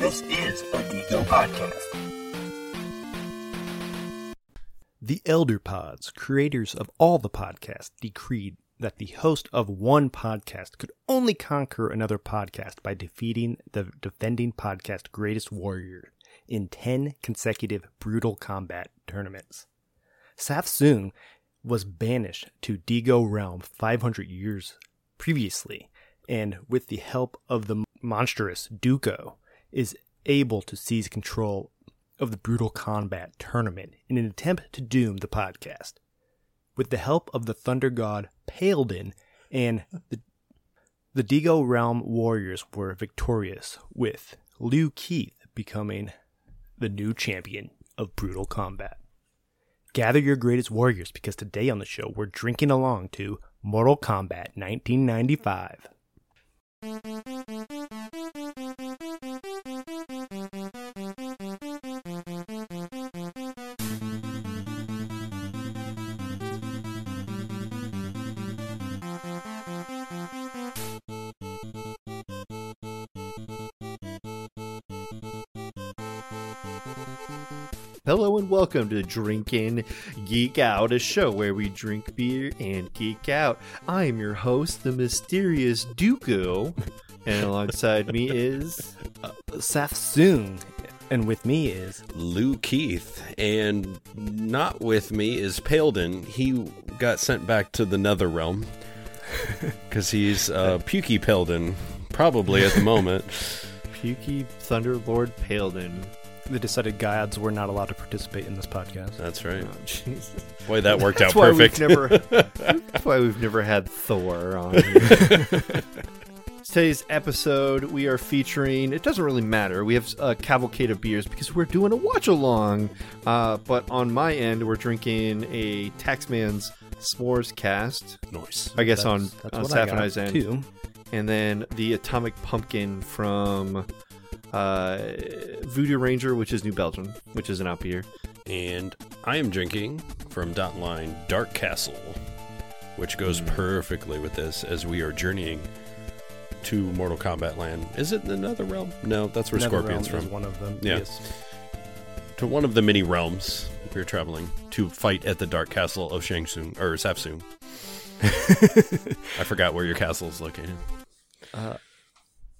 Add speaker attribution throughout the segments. Speaker 1: This is a Deco podcast.
Speaker 2: The Elder Pods, creators of all the podcasts, decreed that the host of one podcast could only conquer another podcast by defeating the defending podcast greatest warrior in 10 consecutive brutal combat tournaments. Safsoon was banished to Digo Realm 500 years previously, and with the help of the monstrous Duko, is able to seize control of the Brutal Combat tournament in an attempt to doom the podcast. With the help of the Thunder God Paladin and the, the Digo Realm Warriors were victorious, with Liu Keith becoming the new champion of Brutal Combat. Gather your greatest warriors because today on the show we're drinking along to Mortal Kombat 1995.
Speaker 3: Hello and welcome to Drinking Geek Out, a show where we drink beer and geek out. I am your host, the mysterious Dooku, and alongside me is
Speaker 2: Safsoon, and with me is
Speaker 4: Lou Keith, and not with me is Paladin. He got sent back to the Nether Realm because he's uh, Pukey Paladin, probably at the moment.
Speaker 3: Pukey Thunderlord Paladin.
Speaker 2: the decided gods were not allowed to participate in this podcast.
Speaker 4: That's right.
Speaker 3: Oh, Jesus.
Speaker 4: Boy, that worked
Speaker 3: That's
Speaker 4: out
Speaker 3: why
Speaker 4: perfect.
Speaker 3: We've never, that's why we've never had Thor on. here. Today's episode, we are featuring. It doesn't really matter. We have a cavalcade of beers because we're doing a watch along. Uh, but on my end, we're drinking a Taxman's S'mores Cast.
Speaker 4: Nice.
Speaker 3: I guess on,
Speaker 2: That's
Speaker 3: on
Speaker 2: what
Speaker 3: Saf
Speaker 2: I
Speaker 3: and
Speaker 2: got,
Speaker 3: I's end,
Speaker 2: too.
Speaker 3: and then the Atomic Pumpkin from uh, Voodoo Ranger, which is New Belgium, which is an out beer.
Speaker 4: And I am drinking from Dot Line Dark Castle, which goes
Speaker 3: Mm.
Speaker 4: perfectly with this as we are journeying to Mortal Kombat Land. Is it the Nether Realm? No, that's where Scorpion's
Speaker 2: Netherrealm
Speaker 4: from.
Speaker 2: is one of them.
Speaker 4: Yeah.
Speaker 2: Yes.
Speaker 4: to one of the many realms we are traveling to fight at the dark castle of Shang Tsung or Safsung. I forgot where your castle is located.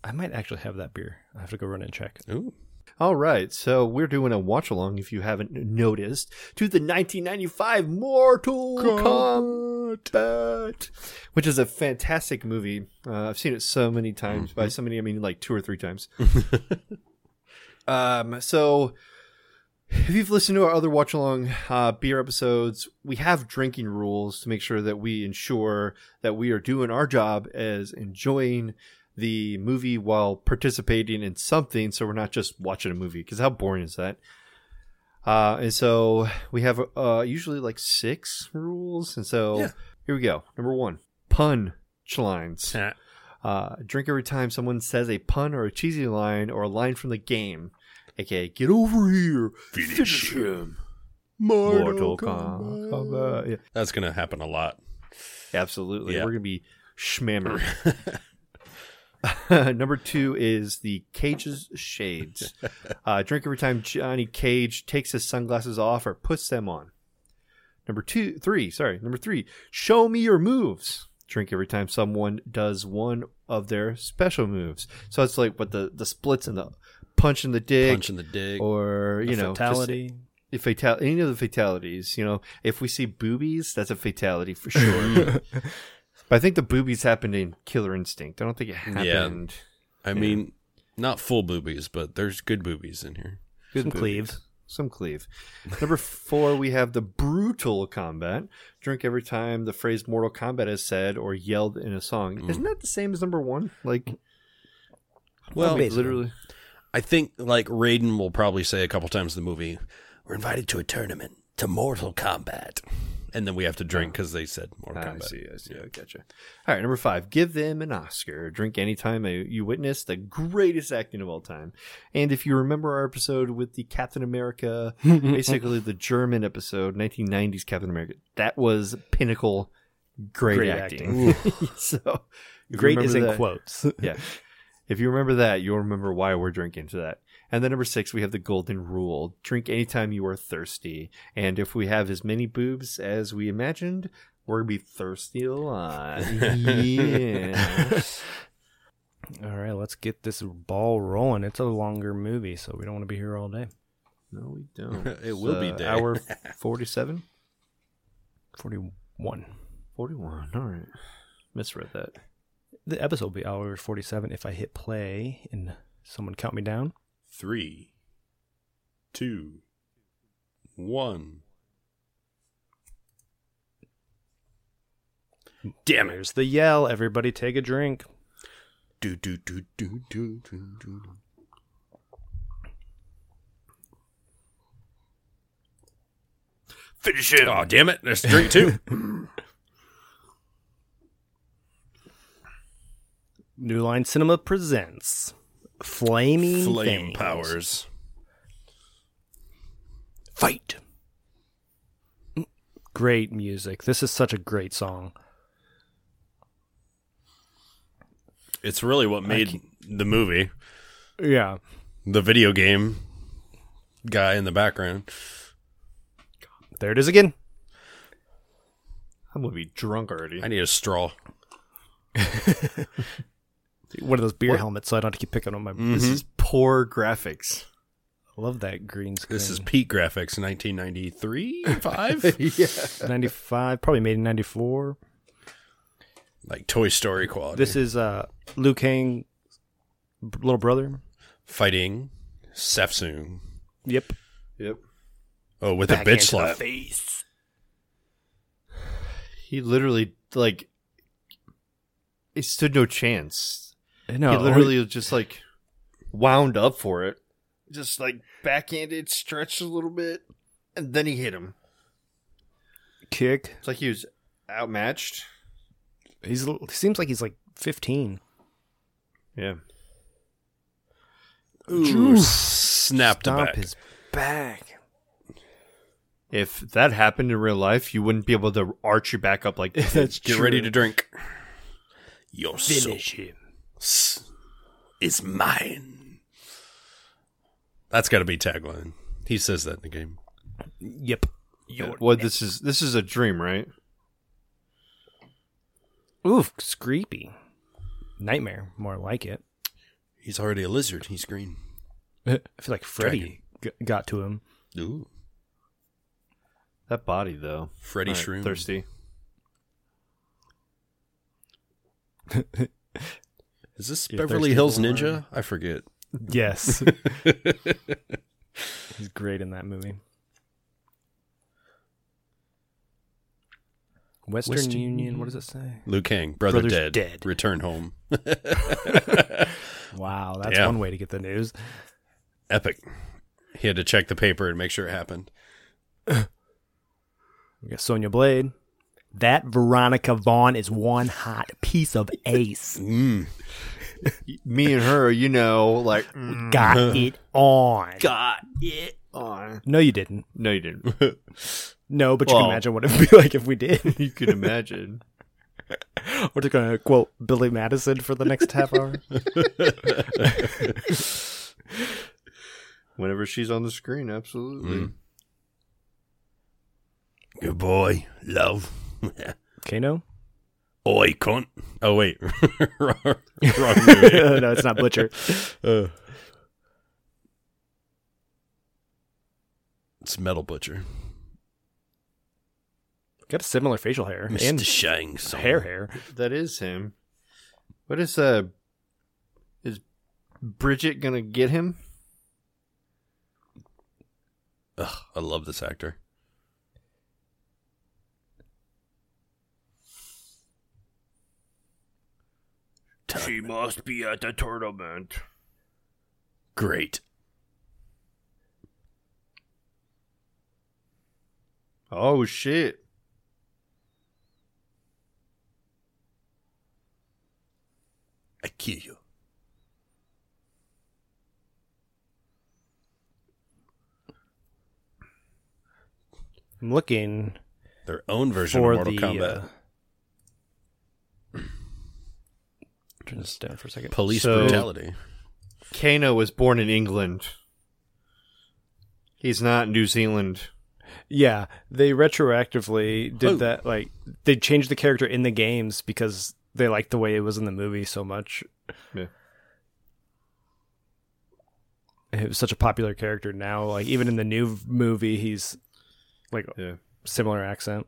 Speaker 2: I might actually have that beer. I have to go run and check.
Speaker 4: Ooh.
Speaker 3: All right, so we're doing a watch along, if you haven't noticed, to the 1995 Mortal Kombat, which is a fantastic movie. Uh, I've seen it so many times. By so many, I mean like two or three times. um, so if you've listened to our other watch along uh, beer episodes, we have drinking rules to make sure that we ensure that we are doing our job as enjoying the movie while participating in something so we're not just watching a movie because how boring is that uh, and so we have uh, usually like six rules and so
Speaker 4: Yeah.
Speaker 3: here we go number one pun lines uh, drink every time someone says a pun or a cheesy line or a line from the game aka get over here finish, him mortal, Kombat. Yeah.
Speaker 4: That's gonna happen a lot.
Speaker 3: Absolutely.
Speaker 4: Yeah.
Speaker 3: We're going to be schmammered. Number two is the Cage's Shades. Uh, drink every time Johnny Cage takes his sunglasses off or puts them on. Number two, three, sorry. Number three, show me your moves. Drink every time someone does one of their special moves. So it's like what the, the splits and the punch in the dick
Speaker 4: Punch in the dig.
Speaker 3: Oh, or, you
Speaker 2: The
Speaker 3: know, just
Speaker 2: fatality.
Speaker 3: a fatal- any of the fatalities. You know, if we see boobies, that's a fatality for sure. but I think the boobies happened in Killer Instinct. I don't think it happened.
Speaker 4: I mean, not full boobies, but there's good boobies in here.
Speaker 2: Good
Speaker 3: Some
Speaker 2: cleave.
Speaker 3: boobies. Some cleave. Number four, we have the brutal combat. Drink every time the phrase "Mortal Kombat" is said or yelled in a song. Isn't that the same as number one? Like,
Speaker 4: Well,
Speaker 3: like, literally.
Speaker 4: I think like Raiden will probably say a couple times in the movie, "We're invited to a tournament to Mortal Kombat," and then we have to drink because they said Mortal
Speaker 3: I
Speaker 4: Kombat.
Speaker 3: see. I see. I gotcha. All right, number five. Give them an Oscar. Drink anytime uh, you witness the greatest acting of all time. And if you remember our episode with the Captain America, basically the German episode, 1990s Captain America, that was pinnacle great,
Speaker 2: Great
Speaker 3: acting. so if you
Speaker 2: Great
Speaker 3: remember
Speaker 2: is in
Speaker 3: that-
Speaker 2: quotes.
Speaker 3: Yeah. If you remember that, you'll remember why we're drinking to that. And then number six, we have the golden rule drink anytime you are thirsty. And if we have as many boobs as we imagined, we're going to be thirsty a lot. yeah.
Speaker 2: All right, let's get this ball rolling. It's a longer movie, so we don't want to be here all day.
Speaker 3: No, we don't.
Speaker 4: It will be day.
Speaker 3: Hour 47?
Speaker 2: 41.
Speaker 3: 41. All right. Misread that.
Speaker 2: The episode will be hour 47 if I hit play and someone count me down.
Speaker 4: Three, two, one. Damn it.
Speaker 2: There's the yell. Everybody take a drink.
Speaker 4: Do, do, do, do, do, do, do. Finish it. Oh, damn it. There's drink two.
Speaker 2: New Line Cinema presents Flaming
Speaker 4: Flame
Speaker 2: Fangs.
Speaker 4: powers.
Speaker 2: Fight. Mm, Great music. This is such a great song.
Speaker 4: It's really what made the movie.
Speaker 2: Yeah.
Speaker 4: The video game guy in the background.
Speaker 2: There it is again.
Speaker 3: I'm going to be drunk already.
Speaker 4: I need a straw.
Speaker 2: One of those beer helmets, so I don't have to keep picking on my.
Speaker 4: Mm-hmm.
Speaker 3: This is poor graphics.
Speaker 2: I love that green screen.
Speaker 4: This is Pete Graphics, 1993, five,
Speaker 3: yeah.
Speaker 2: 95, probably made in 94.
Speaker 4: like Toy Story quality.
Speaker 2: This is uh, Liu Kang, b- little brother.
Speaker 4: fighting Sefsoon.
Speaker 2: Yep.
Speaker 3: Yep.
Speaker 4: Oh, with a bitch slap.
Speaker 2: face.
Speaker 3: He literally, like, it stood no chance.
Speaker 2: No,
Speaker 3: he literally just, like, wound up for it. Just, like, backhanded, stretched a little bit, and then he hit him.
Speaker 2: kick.
Speaker 3: It's like he was outmatched.
Speaker 2: He's l- seems like he's like 15.
Speaker 3: Yeah.
Speaker 4: Ooh, snapped a
Speaker 2: Stomp
Speaker 4: back.
Speaker 2: his back.
Speaker 3: If that happened in real life, you wouldn't be able to arch your back up like that.
Speaker 4: Get ready to drink. Your
Speaker 2: finish him.
Speaker 4: soul is mine. That's got to be tagline. He says that in the game.
Speaker 2: Yep.
Speaker 3: Well, this is this is a dream, right?
Speaker 2: Oof, it's creepy. Nightmare, more like it.
Speaker 4: He's already a lizard. He's green.
Speaker 2: I feel like Freddy g- got to him.
Speaker 4: Ooh,
Speaker 3: That body though.
Speaker 4: Freddy
Speaker 3: All right,
Speaker 4: Shroom.
Speaker 3: Thirsty.
Speaker 4: Is this
Speaker 2: You're
Speaker 4: Beverly
Speaker 2: thirsty
Speaker 4: Hills
Speaker 2: for-
Speaker 4: Ninja? I forget.
Speaker 2: Yes. He's great in that movie. Western,
Speaker 4: Western
Speaker 2: Union, what does it say?
Speaker 4: Liu Kang, brother
Speaker 2: Brother's
Speaker 4: dead.
Speaker 2: dead.
Speaker 4: Return home.
Speaker 2: Wow, that's
Speaker 4: Yeah.
Speaker 2: one way to get the news.
Speaker 4: Epic. He had to check the paper and make sure it happened.
Speaker 2: We got Sonya Blade. That Veronica Vaughn is one hot piece of ace.
Speaker 4: Mm.
Speaker 3: Me and her, you know, like
Speaker 2: Got it on.
Speaker 3: got it on.
Speaker 2: No, you didn't.
Speaker 3: No, you didn't.
Speaker 2: No, but you
Speaker 3: Well-
Speaker 2: can imagine what it'd be like if we did.
Speaker 3: you can imagine.
Speaker 2: We're just gonna quote Billy Madison for the next half hour.
Speaker 3: Whenever she's on the screen, absolutely.
Speaker 4: Mm. Good boy, love.
Speaker 2: Kano?
Speaker 4: Oi, cunt. Oh wait, wrong, wrong movie.
Speaker 2: no, it's not Butcher.
Speaker 4: Uh, it's Metal Butcher.
Speaker 2: Got a similar facial hair
Speaker 4: Mr.
Speaker 2: and
Speaker 4: Shang Tsung.
Speaker 2: hair hair.
Speaker 3: That is him. What is uh is Bridget gonna get him?
Speaker 4: Ugh, I love this actor.
Speaker 3: She must be at the tournament.
Speaker 4: Great.
Speaker 3: Oh shit.
Speaker 4: I kill you.
Speaker 2: I'm looking uh,
Speaker 4: Their own version
Speaker 2: for
Speaker 4: of Mortal
Speaker 2: the
Speaker 4: Kombat.
Speaker 2: uh, turn this down for a second.
Speaker 4: Police
Speaker 3: So-
Speaker 4: brutality.
Speaker 3: Kano was born in England. He's not New Zealand.
Speaker 2: Yeah, they retroactively did
Speaker 4: Oh.
Speaker 2: that. Like they changed the character in the games because they liked the way it was in the movie so much.
Speaker 3: Yeah.
Speaker 2: It was such a popular character now. Like even in the new v- movie, he's like
Speaker 3: Yeah.
Speaker 2: similar accent.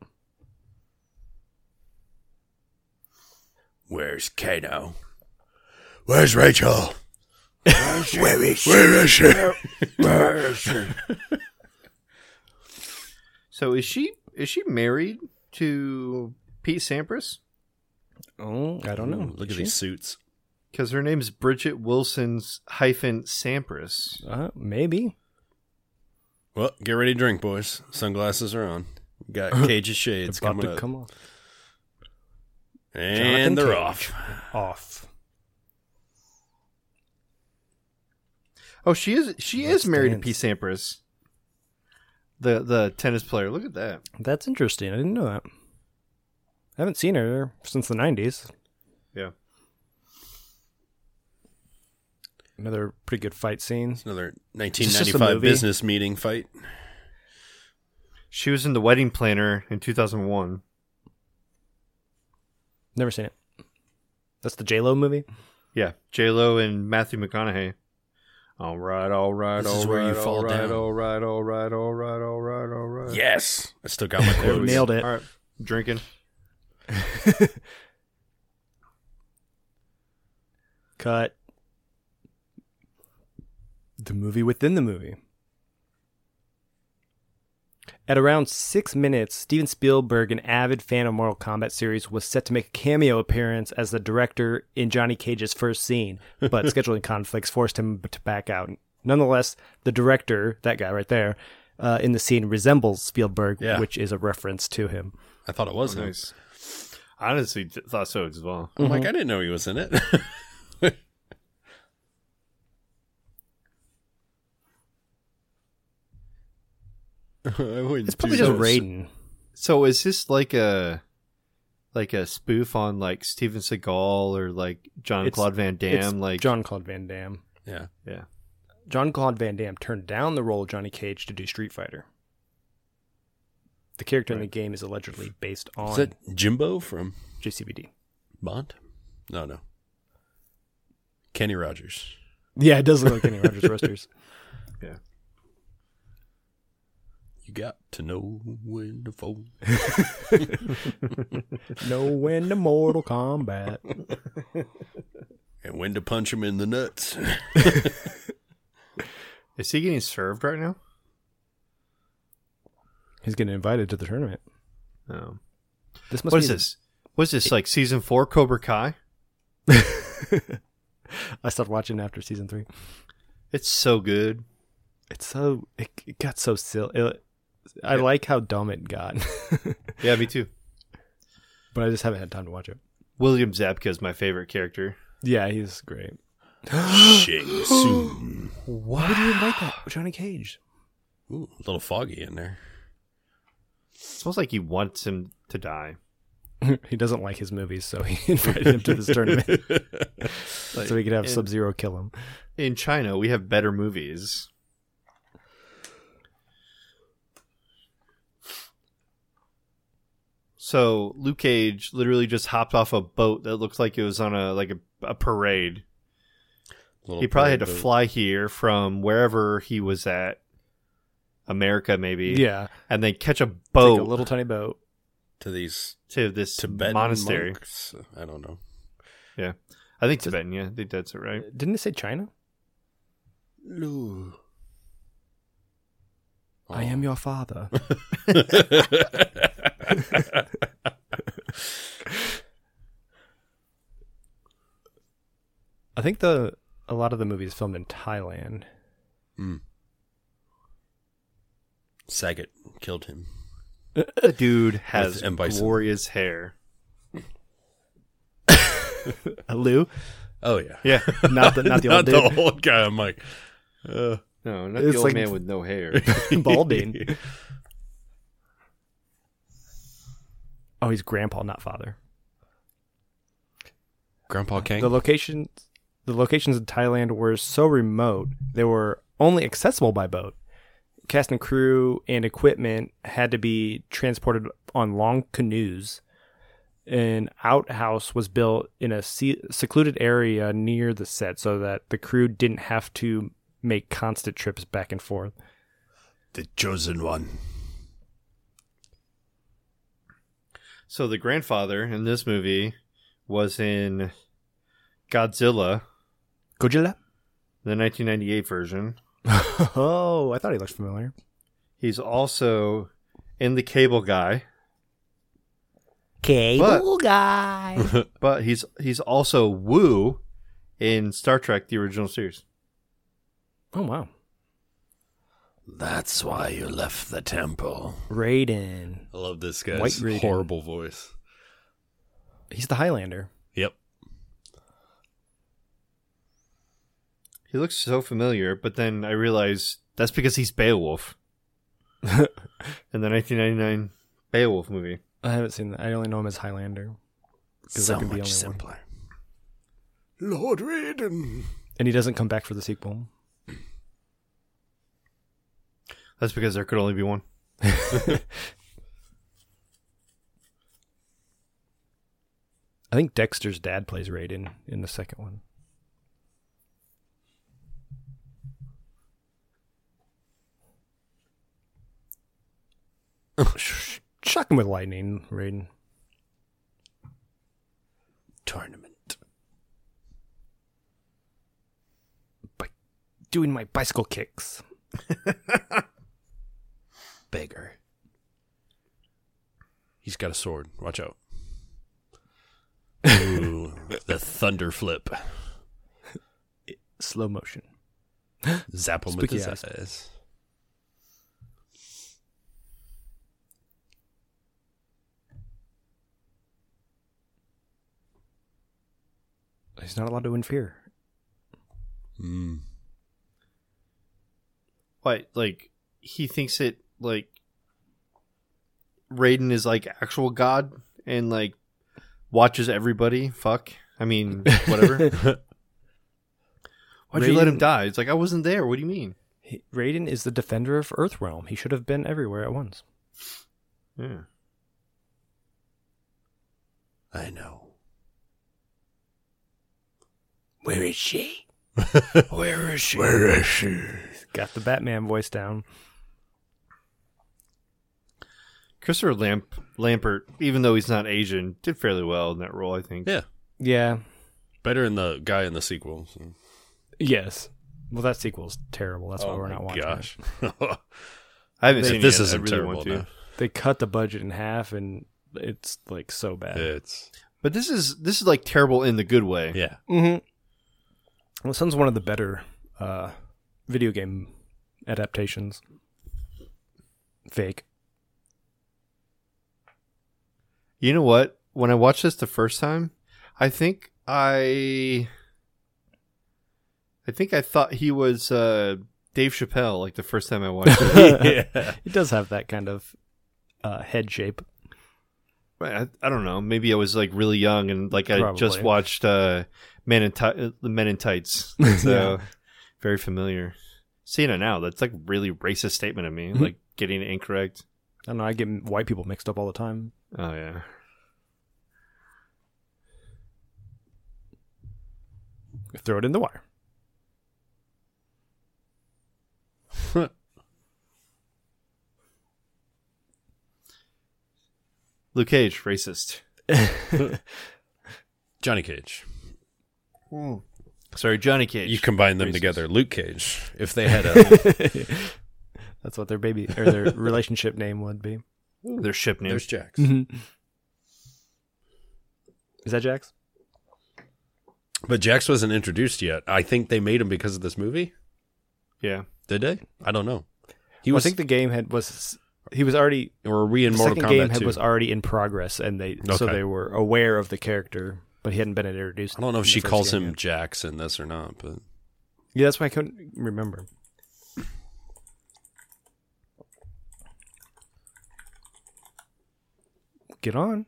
Speaker 4: Where's Kano? Where's Rachel? Where is she? Where is she?
Speaker 3: So is she is she married to Pete Sampras?
Speaker 2: Oh, I don't know.
Speaker 4: Ooh, Look at these suits.
Speaker 3: Because her name's Bridget Wilson's hyphen Sampras.
Speaker 2: Uh, maybe.
Speaker 4: Well, get ready to drink, boys. Sunglasses are on. Got cage of shades
Speaker 2: It's about
Speaker 4: coming
Speaker 2: to
Speaker 4: up.
Speaker 2: come off.
Speaker 4: and
Speaker 2: Jonathan
Speaker 4: they're
Speaker 2: Cage.
Speaker 4: off.
Speaker 2: Off.
Speaker 3: Oh, she is she
Speaker 2: Let's
Speaker 3: is married
Speaker 2: dance.
Speaker 3: to Pete Sampras. The the tennis player. Look at that.
Speaker 2: That's interesting. I didn't know that. I haven't seen her since the nineties.
Speaker 3: Yeah.
Speaker 2: Another pretty good fight scene.
Speaker 4: Another
Speaker 2: this just a
Speaker 4: 1995
Speaker 2: movie?
Speaker 4: business meeting fight.
Speaker 3: She was in the wedding planner in two thousand one.
Speaker 2: Never seen it. That's the J Lo movie.
Speaker 3: Yeah. J Lo and Matthew McConaughey. All right, all right,
Speaker 4: This
Speaker 3: all
Speaker 4: is where you
Speaker 3: right,
Speaker 4: fall
Speaker 3: all right,
Speaker 4: down.
Speaker 3: all right, all right, all right, all right, all right.
Speaker 4: Yes, I still got my
Speaker 3: There we
Speaker 4: quotes.
Speaker 3: go.
Speaker 2: Nailed it.
Speaker 3: All right. Drinking.
Speaker 2: Cut. The movie within the movie. At around six minutes, Steven Spielberg, an avid fan of Mortal Kombat series, was set to make a cameo appearance as the director in Johnny Cage's first scene, but scheduling conflicts forced him to back out. Nonetheless, the director, that guy right there, uh, in the scene resembles Spielberg,
Speaker 4: Yeah.
Speaker 2: which is a reference to him.
Speaker 4: I thought it was
Speaker 2: Oh,
Speaker 4: him.
Speaker 3: Nice. I honestly d- thought so as well.
Speaker 4: I'm
Speaker 2: Mm-hmm.
Speaker 4: like, I didn't know he was in it.
Speaker 2: It's probably just Raiden.
Speaker 3: So is this like a like a spoof on like Steven Seagal or like John
Speaker 2: It's-
Speaker 3: Claude Van
Speaker 2: It's
Speaker 3: Damme? Like
Speaker 2: John Claude Van Damme.
Speaker 4: Yeah.
Speaker 3: yeah,
Speaker 2: John Claude Van Damme turned down the role of Johnny Cage to do Street Fighter. The character in the game is allegedly based on
Speaker 4: Is that Jimbo from
Speaker 2: JCVD.
Speaker 4: Bond? No, no. Kenny Rogers.
Speaker 2: Yeah, it does look like Kenny Rogers Roasters.
Speaker 3: yeah.
Speaker 4: You got to know when to fold.
Speaker 2: No when to Mortal Kombat.
Speaker 4: and when to punch him in the nuts.
Speaker 3: Is he getting served right now?
Speaker 2: He's getting invited to the tournament.
Speaker 3: No.
Speaker 2: This must
Speaker 3: What
Speaker 2: be
Speaker 3: is this? What is this like season four Cobra Kai?
Speaker 2: I stopped watching after season three.
Speaker 3: It's so good.
Speaker 2: It's so it, it got so silly. It, I like how dumb it got,
Speaker 3: Yeah, me too.
Speaker 2: but I just haven't had time to watch it.
Speaker 3: William Zabka is my favorite character.
Speaker 2: Yeah, he's great.
Speaker 4: Shing soon.
Speaker 2: Why would you invite that Johnny Cage?
Speaker 4: Ooh, a little foggy in there.
Speaker 3: Smells like he wants him to die.
Speaker 2: he doesn't like his movies, so he invited him to this tournament so he could have
Speaker 3: And-
Speaker 2: Sub Zero kill him.
Speaker 3: In China, we have better movies. So Luke Cage literally just hopped off a boat that looked like it was on a like a, a parade.
Speaker 4: Little
Speaker 3: He probably had to
Speaker 4: bird boat.
Speaker 3: fly here from wherever he was at, America maybe,
Speaker 2: Yeah,
Speaker 3: and then catch a
Speaker 2: oh.
Speaker 3: boat
Speaker 2: a little tiny boat.
Speaker 4: to these
Speaker 3: to this
Speaker 4: Tibetan
Speaker 3: monastery.
Speaker 4: monks. I don't know.
Speaker 3: Yeah, I think Tibetan. Yeah, I think that's it, right?
Speaker 2: Didn't it say China?
Speaker 4: Lou.
Speaker 2: I am your father. I think the a lot of the movie is filmed in Thailand.
Speaker 4: Saget killed him.
Speaker 3: The dude has
Speaker 4: With M. Bison.
Speaker 3: glorious hair.
Speaker 2: Uh, Lou,
Speaker 4: Oh yeah,
Speaker 3: Yeah,
Speaker 2: not the not the old dude,
Speaker 4: old guy. I'm like, uh,
Speaker 3: no, not
Speaker 2: It's
Speaker 3: the old
Speaker 2: like-
Speaker 3: man with no hair.
Speaker 2: balding. Oh, he's grandpa, not father.
Speaker 4: Grandpa Kang.
Speaker 2: The locations, the locations in Thailand were so remote they were only accessible by boat. Cast and crew and equipment had to be transported on long canoes. An outhouse was built in a se- secluded area near the set so that the crew didn't have to make constant trips back and forth.
Speaker 4: the chosen one.
Speaker 3: So the grandfather in this movie was in Godzilla,
Speaker 2: Godzilla?
Speaker 3: the 1998 version.
Speaker 2: oh, I thought he looked familiar.
Speaker 3: He's also in The Cable Guy. Cable Guy. but he's he's also Woo in Star Trek the original series.
Speaker 2: Oh wow,
Speaker 4: That's why you left the temple.
Speaker 2: Raiden.
Speaker 4: I love this
Speaker 2: White
Speaker 4: guy's
Speaker 2: Raiden.
Speaker 4: horrible voice.
Speaker 2: He's the Highlander.
Speaker 4: Yep.
Speaker 3: He looks so familiar, but then I realize that's because he's Beowulf in the 1999 Beowulf movie.
Speaker 2: I haven't seen that. I only know him as Highlander, So much simpler.
Speaker 4: Lord Raiden.
Speaker 2: and he doesn't come back for the sequel.
Speaker 3: That's because there could only be one.
Speaker 2: I think Dexter's dad plays Raiden in the second one. Sh- Shock him with lightning, Raiden.
Speaker 4: Tournament.
Speaker 2: Doing my bicycle kicks.
Speaker 4: Beggar. He's got a sword. Watch out. Ooh, the thunder flip.
Speaker 2: Slow motion.
Speaker 4: Zap him
Speaker 2: Spooky
Speaker 4: with
Speaker 2: eyes.
Speaker 4: his eyes.
Speaker 2: He's not allowed to interfere.
Speaker 4: Mm.
Speaker 3: But like he thinks it like Raiden is like actual god and like watches everybody. Fuck. I mean, whatever. Why'd you let him
Speaker 2: Raiden-
Speaker 3: die? It's like I wasn't there. What do you mean?
Speaker 2: He, Raiden is the defender of Earthrealm. He should have been everywhere at once.
Speaker 3: Yeah.
Speaker 4: I know.
Speaker 1: Where is she?
Speaker 4: Where is she? Where is she?
Speaker 2: He's got the Batman voice down.
Speaker 3: Christopher Lamp Lampert, even though he's not Asian, did fairly well in that role, I think.
Speaker 4: Yeah.
Speaker 2: Yeah.
Speaker 4: Better than the guy in the sequel. so-
Speaker 2: Yes. Well, that sequel's terrible. That's why
Speaker 4: oh
Speaker 2: we're
Speaker 4: my
Speaker 2: not watching.
Speaker 4: gosh.
Speaker 3: I haven't seen it
Speaker 4: this
Speaker 3: yet. I
Speaker 4: isn't
Speaker 3: really
Speaker 4: terrible
Speaker 3: want to.
Speaker 4: enough.
Speaker 2: It. They cut the budget in half, and it's like so bad.
Speaker 4: It's
Speaker 3: But this is this is like terrible in the good way.
Speaker 4: yeah.
Speaker 2: Mm-hmm. Well, Sun's one of the better uh, video game adaptations. Fake.
Speaker 3: You know what? When I watched this the first time, I think I I think I thought he was uh Dave Chappelle like the first time I watched it.
Speaker 4: yeah.
Speaker 2: It does have that kind of uh, head shape.
Speaker 3: But I, I don't know. Maybe I was like really young and like I just
Speaker 2: Probably.
Speaker 3: watched uh Men in Ti- the Men in Tights. So very familiar. Seeing it now, that's like really racist statement of
Speaker 4: Mm-hmm.
Speaker 3: me, like getting it incorrect.
Speaker 2: I don't know. I get white people mixed up all the time.
Speaker 3: Oh yeah.
Speaker 2: Throw it in the wire.
Speaker 3: Luke Cage, racist.
Speaker 4: Johnny Cage.
Speaker 3: Sorry, Johnny Cage.
Speaker 4: Mm. You combine them
Speaker 3: Racist.
Speaker 4: together. Luke Cage. If they had a
Speaker 2: That's what their baby or their relationship name would be.
Speaker 3: Their ship name.
Speaker 4: there's Jax.
Speaker 2: Is that Jax?
Speaker 4: But Jax wasn't introduced yet. I think they made him because of this movie.
Speaker 3: Yeah.
Speaker 4: Did they? I don't know. He
Speaker 2: Well, Oh,
Speaker 4: was
Speaker 2: I think the game had was he was already
Speaker 4: or were we in
Speaker 2: the
Speaker 4: Mortal
Speaker 2: second
Speaker 4: Kombat
Speaker 2: game had,
Speaker 4: 2?
Speaker 2: was already in progress, and they so
Speaker 4: Okay.
Speaker 2: they were aware of the character, but he hadn't been introduced.
Speaker 4: I don't know
Speaker 2: in
Speaker 4: if
Speaker 2: the
Speaker 4: she
Speaker 2: first
Speaker 4: calls
Speaker 2: game
Speaker 4: him
Speaker 2: yet.
Speaker 4: Jax in this or not, but
Speaker 2: Yeah, that's why I couldn't remember. Get on.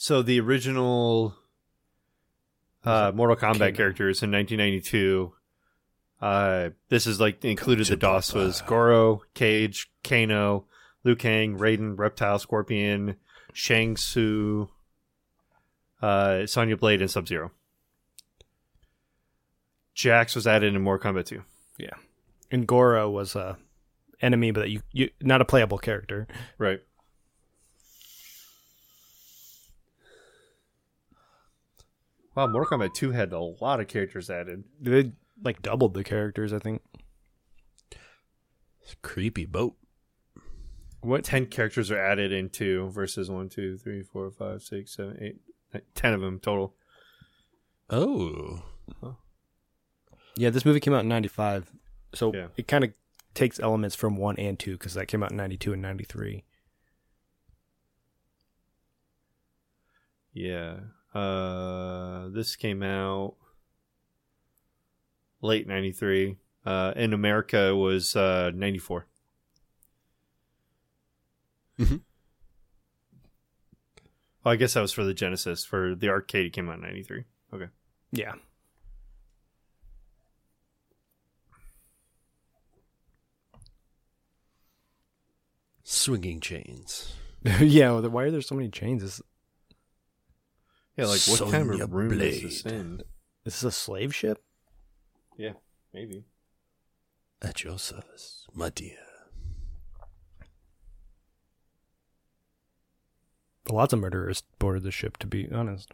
Speaker 3: So the original uh, Mortal Kombat characters in 1992. Uh, this is like included
Speaker 4: to
Speaker 3: the DOS
Speaker 4: Papa.
Speaker 3: was Goro, Cage, Kano, Liu Kang, Raiden, Reptile, Scorpion, Shang Tsu, uh, Sonya Blade, and Sub Zero. Jax was added in Mortal Kombat 2.
Speaker 2: And Goro was a enemy, but you, you not a playable character.
Speaker 3: Right. Wow, Mortal Kombat 2 had a lot of characters added.
Speaker 2: They like doubled the characters, I think.
Speaker 4: Creepy boat.
Speaker 2: What?
Speaker 3: 10 characters are added in 2 versus one, two, three, four, five, six, seven, eight, nine- 10 of them total.
Speaker 4: Oh,
Speaker 2: Yeah, this movie came out in '95, so
Speaker 3: Yeah.
Speaker 2: it kind of takes elements from one and two because that came out in '92 and '93.
Speaker 3: Yeah. Uh, this came out late 93. Uh, in America was uh, 94.
Speaker 4: Mhm.
Speaker 3: Oh, I guess that was for the Genesis. For the arcade, it came out in 93. Okay.
Speaker 2: Yeah,
Speaker 4: swinging chains.
Speaker 2: yeah. well, then Why are there so many chains? Is
Speaker 3: Yeah, like what kind
Speaker 4: Sonya
Speaker 3: of room is this
Speaker 4: Blade.
Speaker 3: in?
Speaker 2: is this a slave ship?
Speaker 3: Maybe.
Speaker 4: At your service, my dear.
Speaker 2: Lots of murderers boarded the ship. To be honest,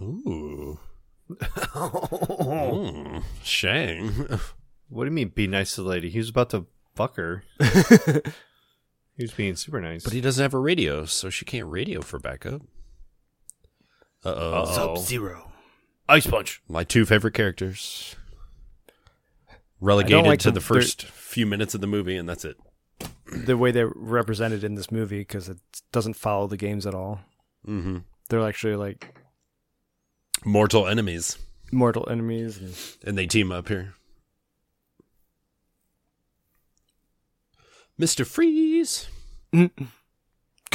Speaker 4: Ooh.
Speaker 2: Oh.
Speaker 4: Mm, Shang.
Speaker 3: What do you mean, be nice to the lady? He was about to fuck her. he was being super nice.
Speaker 4: But he doesn't have a radio, so she can't radio for backup. Uh oh.
Speaker 3: Uh-oh.
Speaker 1: Zero.
Speaker 3: ice punch.
Speaker 4: My two favorite characters. Relegated
Speaker 2: like
Speaker 4: to
Speaker 2: the-
Speaker 4: the first few minutes of the movie, and that's it.
Speaker 2: the way they're represented in this movie because it doesn't follow the games at all.
Speaker 4: Mm-hmm.
Speaker 2: They're actually like
Speaker 4: Mortal enemies,
Speaker 2: mortal enemies. And
Speaker 4: and they team up here. Mr. Freeze.
Speaker 1: Get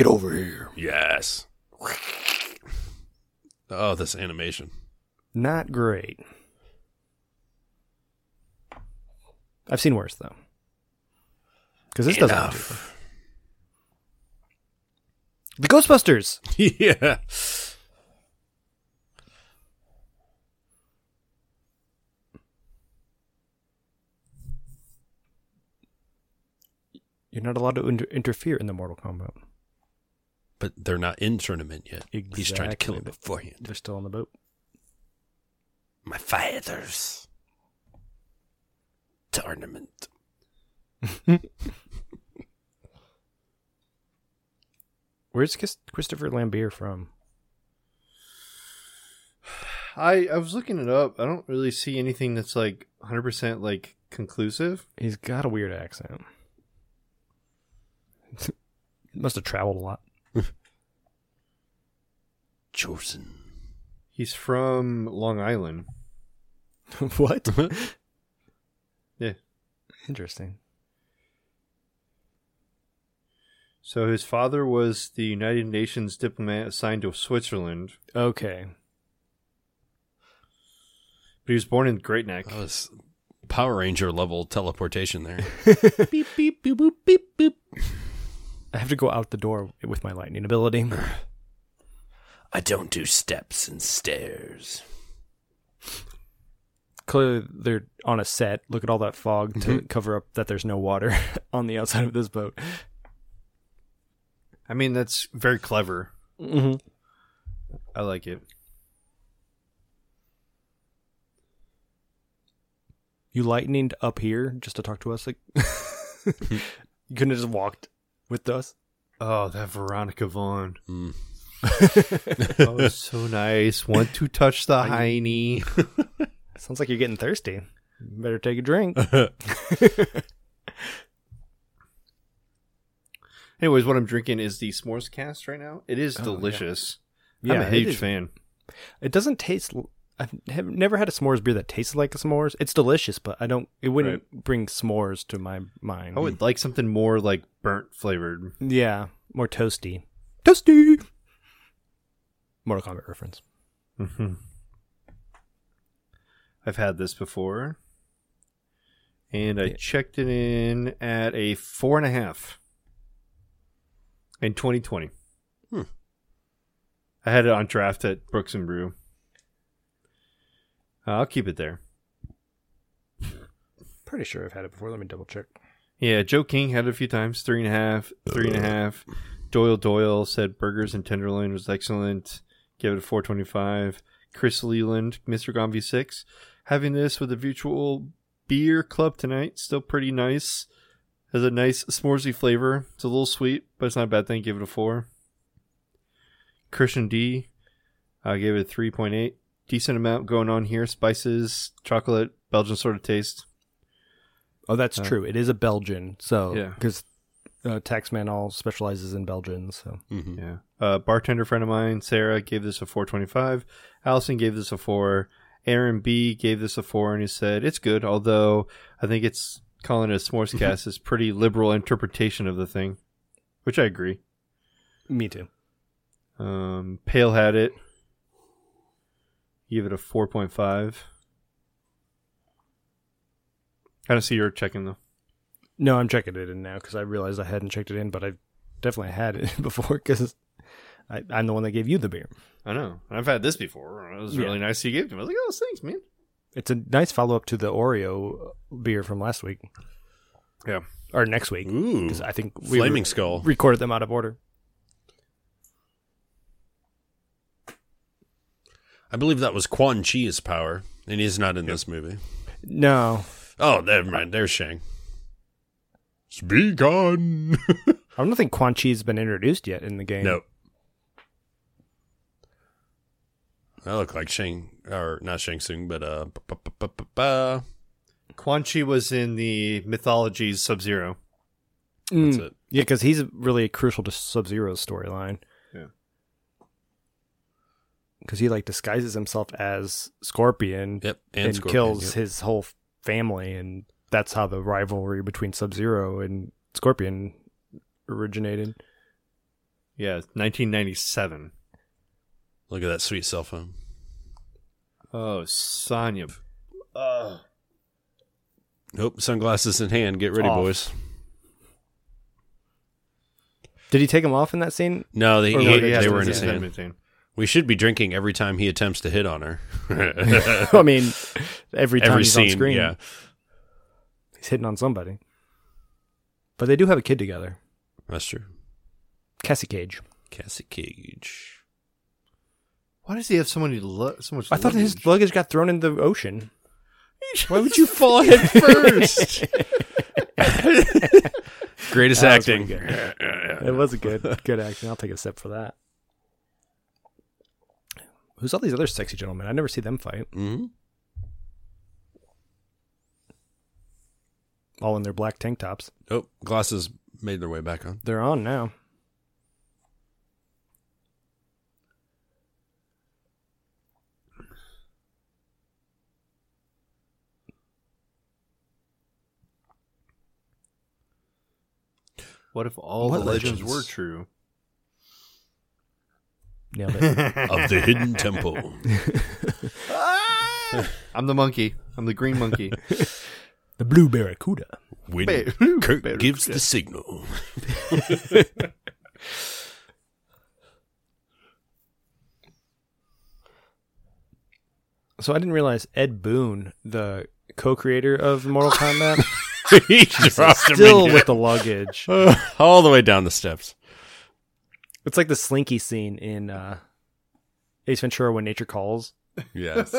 Speaker 1: over here.
Speaker 4: Yes. Oh, this animation.
Speaker 2: Not great. I've seen worse though. Because this doesn't.
Speaker 4: Enough.
Speaker 2: The Ghostbusters.
Speaker 4: yeah.
Speaker 2: You're not allowed to inter- interfere in the Mortal Kombat.
Speaker 4: But they're not in tournament yet. He's trying to kill him
Speaker 2: Exactly.
Speaker 4: beforehand.
Speaker 2: They're still on the boat.
Speaker 4: My father's tournament.
Speaker 2: Where's Chris- Christopher Lambert from?
Speaker 3: I I was looking it up. I don't really see anything that's like 100% like conclusive.
Speaker 2: He's got a weird accent. Must have traveled a lot.
Speaker 4: Chosen.
Speaker 3: He's from Long Island.
Speaker 2: what?
Speaker 3: Yeah.
Speaker 2: Interesting.
Speaker 3: So his father was the United Nations diplomat assigned to Switzerland,
Speaker 2: Okay.
Speaker 3: but he was born in Great Neck.
Speaker 4: That was Power Ranger level teleportation there.
Speaker 2: beep beep boop boop beep boop. I have to go out the door with my lightning ability.
Speaker 4: I don't do steps and stairs.
Speaker 2: Clearly, they're on a set. Look at all that fog to cover up that there's no water on the outside of this boat.
Speaker 3: I mean, that's very clever.
Speaker 2: Mm-hmm.
Speaker 3: I like it.
Speaker 2: You lightninged up here just to talk to us. Like you couldn't have just walked with us.
Speaker 3: Oh, that Veronica Vaughn.
Speaker 4: Mm.
Speaker 3: oh, so nice. Want to touch the hiney.
Speaker 2: Sounds like you're getting thirsty. Better take a drink.
Speaker 3: Anyways, what I'm drinking is the s'mores cast right now. Oh, It is delicious. I'm a
Speaker 2: it
Speaker 3: huge
Speaker 2: is-
Speaker 3: fan.
Speaker 2: It doesn't taste. l- I've have never had a s'mores beer that tasted like a s'mores. It's delicious, but I don't. It wouldn't bring s'mores to my mind.
Speaker 3: I would like something more like burnt flavored.
Speaker 2: Yeah, more toasty. Toasty. Mortal Kombat reference.
Speaker 3: Mhm. I've had this before, and I
Speaker 2: Yeah.
Speaker 3: checked it in at a four and a half in 2020.
Speaker 4: Hmm.
Speaker 3: I had it on draft at Brooks and Brew. I'll keep it there.
Speaker 2: Pretty sure I've had it before. Let me double check.
Speaker 3: Yeah, Joe King had it a few times. Three and a half, three and a half. Doyle Doyle said burgers and tenderloin was excellent. Give it a four twenty five. Chris Leland, Mr. Gomvi six. Having this with the virtual beer club tonight, still pretty nice. Has a nice s'moresy flavor. It's a little sweet, but it's not a bad thing. Give it a four. Christian D, I gave it a three point eight. Decent amount going on here. Spices, chocolate, Belgian sort of taste.
Speaker 2: Oh, that's
Speaker 3: Uh,
Speaker 2: true. It is a Belgian, so
Speaker 3: Yeah.
Speaker 2: because uh, Taxman all specializes in Belgians. So
Speaker 4: hmm
Speaker 3: Yeah. A bartender friend of mine, Sarah, gave this a 425. Allison gave this a 4. Aaron B gave this a 4 and he said, it's good, although I think it's calling it a s'mores cast is pretty liberal interpretation of the thing, which I agree.
Speaker 2: me too.
Speaker 3: Um, Pale had it. Give it a 4.5. I don't see your checking though.
Speaker 2: No, I'm checking it in now because I realized I hadn't checked it in, but I definitely had it before because I'm the one that gave you the beer.
Speaker 3: I know. I've had this before. It was
Speaker 2: Yeah.
Speaker 3: really nice you gave it to me. I was like, oh, thanks, man.
Speaker 2: It's a nice follow up to the Oreo beer from last week.
Speaker 3: Yeah.
Speaker 2: or next week
Speaker 4: Ooh,
Speaker 2: because I think we
Speaker 4: flaming
Speaker 2: re-
Speaker 4: skull.
Speaker 2: recorded them out of order.
Speaker 4: I believe that was Quan Chi's power, and he's not in this movie.
Speaker 2: No,
Speaker 4: Oh, never mind. There's Shang. Speak on.
Speaker 2: I don't think Quan Chi's been introduced yet in the game.
Speaker 4: nope. I look like Shang, or not Shang Tsung, but uh, ba- ba- ba- ba- ba- ba.
Speaker 3: Quan Chi was in the mythologies Sub Zero.
Speaker 4: that's
Speaker 2: Mm.
Speaker 4: it.
Speaker 2: Yeah, because he's really crucial to Sub Zero's storyline.
Speaker 3: Yeah.
Speaker 2: Because he like disguises himself as Scorpion
Speaker 4: Yep, and,
Speaker 2: and,
Speaker 4: Scorpion,
Speaker 2: kills
Speaker 4: yep.
Speaker 2: his whole f- family, and that's how the rivalry between Sub Zero and Scorpion originated.
Speaker 3: Yeah, 1997.
Speaker 4: Look at that sweet cell phone.
Speaker 3: Oh, Sonya. Oh,
Speaker 4: Nope, sunglasses in hand. Get ready,
Speaker 3: Off.
Speaker 4: boys.
Speaker 2: Did he take him off in that scene?
Speaker 4: No, they,
Speaker 2: Or
Speaker 4: he-
Speaker 2: no,
Speaker 4: they,
Speaker 2: has to
Speaker 4: were
Speaker 2: be
Speaker 4: in his
Speaker 2: hidden.
Speaker 4: hand. We should be drinking every time he attempts to hit on her.
Speaker 2: I mean, every time
Speaker 4: every
Speaker 2: he's
Speaker 4: scene,
Speaker 2: on screen,
Speaker 4: yeah.
Speaker 2: he's hitting on somebody. But they do have a kid together,
Speaker 4: That's true.
Speaker 2: Cassie Cage.
Speaker 4: Cassie Cage.
Speaker 3: Why does he have so many lu- so much?
Speaker 2: I thought his luggage got thrown in the ocean.
Speaker 3: Why would you fall head first?
Speaker 4: Greatest
Speaker 2: That was
Speaker 4: acting.
Speaker 2: pretty It was a good, good acting. I'll take a sip for that. Who's all these other sexy gentlemen? I never see them fight,
Speaker 4: hmm
Speaker 2: all in their black tank tops.
Speaker 4: Oh, glasses made their way back on.
Speaker 2: They're on now.
Speaker 3: what if all
Speaker 4: What
Speaker 3: the legends?
Speaker 4: legends?
Speaker 3: were true?
Speaker 2: Nailed it.
Speaker 4: Of the Hidden Temple.
Speaker 3: I'm the monkey. I'm the green monkey.
Speaker 2: the blue barracuda.
Speaker 4: When
Speaker 3: Bear-
Speaker 4: Kirk
Speaker 3: bear-
Speaker 4: gives the signal.
Speaker 2: So I didn't realize Ed Boone, the co-creator of Mortal Kombat,
Speaker 4: he drops him
Speaker 2: still
Speaker 4: in-
Speaker 2: with the luggage.
Speaker 4: all the way down the steps.
Speaker 2: It's like the slinky scene in uh, Ace Ventura when nature calls.
Speaker 4: Yes.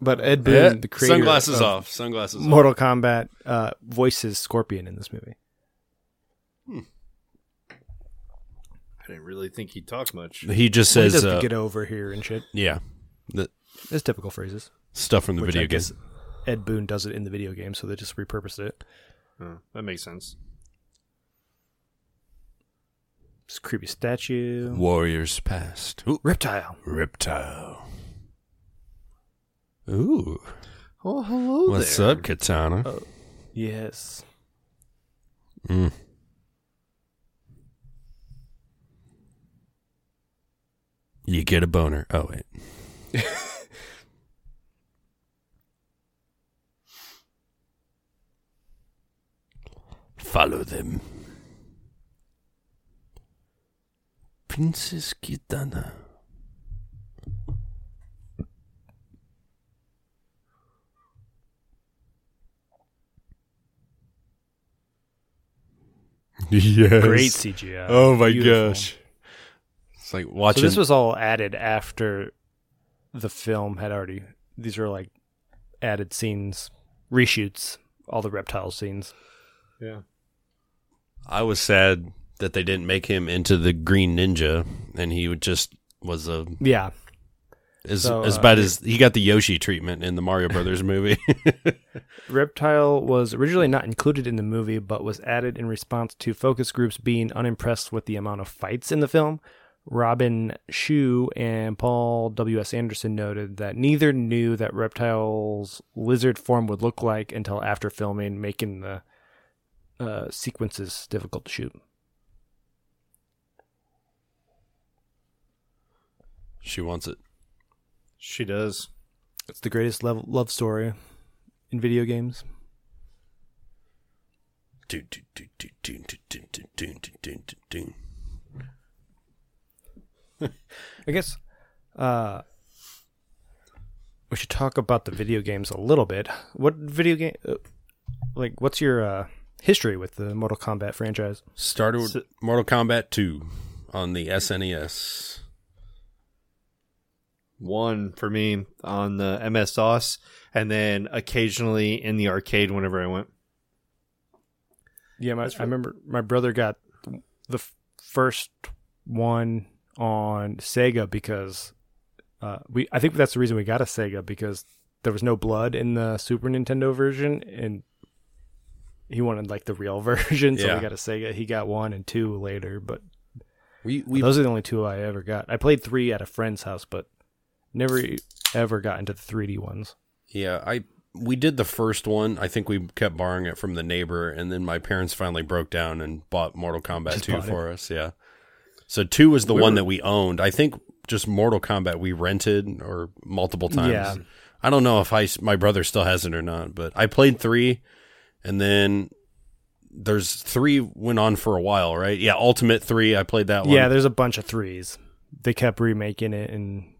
Speaker 2: But Ed Boon,
Speaker 4: Yeah,
Speaker 2: the creator
Speaker 4: Sunglasses
Speaker 2: of
Speaker 4: off. Sunglasses off.
Speaker 2: Mortal Kombat, uh, voices Scorpion in this movie.
Speaker 3: I didn't really think he talked much.
Speaker 4: He just says,
Speaker 2: he does
Speaker 4: uh,
Speaker 2: the get over here and shit.
Speaker 4: yeah, the
Speaker 2: It's typical phrases.
Speaker 4: stuff from the
Speaker 2: which
Speaker 4: video
Speaker 2: I
Speaker 4: game.
Speaker 2: guess Ed Boon does it in the video game, so they just repurposed it.
Speaker 3: Oh, that makes sense.
Speaker 2: creepy statue.
Speaker 4: Warriors past. Ooh,
Speaker 2: Reptile.
Speaker 4: reptile. Ooh.
Speaker 3: Oh, hello
Speaker 4: What's
Speaker 3: there.
Speaker 4: up, Katana?
Speaker 2: Yes.
Speaker 4: Mm. You get a boner. Oh wait. Follow them. Princess Kitana. Yes.
Speaker 2: Great CGI.
Speaker 4: Oh my
Speaker 2: Beautiful.
Speaker 4: gosh. It's like
Speaker 2: So
Speaker 4: watching
Speaker 2: this was all added after the film had already. These are like added scenes, reshoots, all the reptile scenes.
Speaker 3: Yeah.
Speaker 4: I was sad that they didn't make him into the Green Ninja, and he would just was a
Speaker 2: Yeah,
Speaker 4: as
Speaker 2: So,
Speaker 4: as
Speaker 2: uh,
Speaker 4: bad as he got the Yoshi treatment in the Mario Brothers movie.
Speaker 2: Reptile was originally not included in the movie, but was added in response to focus groups being unimpressed with the amount of fights in the film. Robin Shu and Paul W.S. Anderson noted that neither knew that Reptile's lizard form would look like until after filming, making the uh, sequences difficult to shoot.
Speaker 4: she wants it.
Speaker 3: She does.
Speaker 2: It's the greatest love, love story in video games.
Speaker 4: Dun, dun, dun, dun, dun, dun, dun, dun, dun, dun, dun, dun.
Speaker 2: I guess uh, we should talk about the video games a little bit. What video game? uh, Like, what's your uh, history with the Mortal Kombat franchise?
Speaker 4: Started with Mortal Kombat Two on the E SNES.
Speaker 3: One for me on the MS DOS, and then occasionally in the arcade whenever I went.
Speaker 2: Yeah, my, I remember my brother got the f- first one on Sega because uh, we. I think that's the reason we got a Sega because there was no blood in the Super Nintendo version, and he wanted like the real version, so
Speaker 4: Yeah.
Speaker 2: we got a Sega. He got one and two later, but
Speaker 4: We we
Speaker 2: Those are the only two I ever got. I played three at a friend's house, but never e- ever got into the 3D ones.
Speaker 4: Yeah, I we did the first one. I think we kept borrowing it from the neighbor, and then my parents finally broke down and bought Mortal Kombat
Speaker 2: Just
Speaker 4: two
Speaker 2: bought it.
Speaker 4: for us. Yeah, so two was the one that we owned. I think just Mortal Kombat we rented or multiple times.
Speaker 2: Yeah.
Speaker 4: I don't know if I s- my brother still has it or not, but I played three, and then there's three went on for a while, right? Yeah, Ultimate three. I played that one.
Speaker 2: Yeah, there's a bunch of threes. They kept remaking it and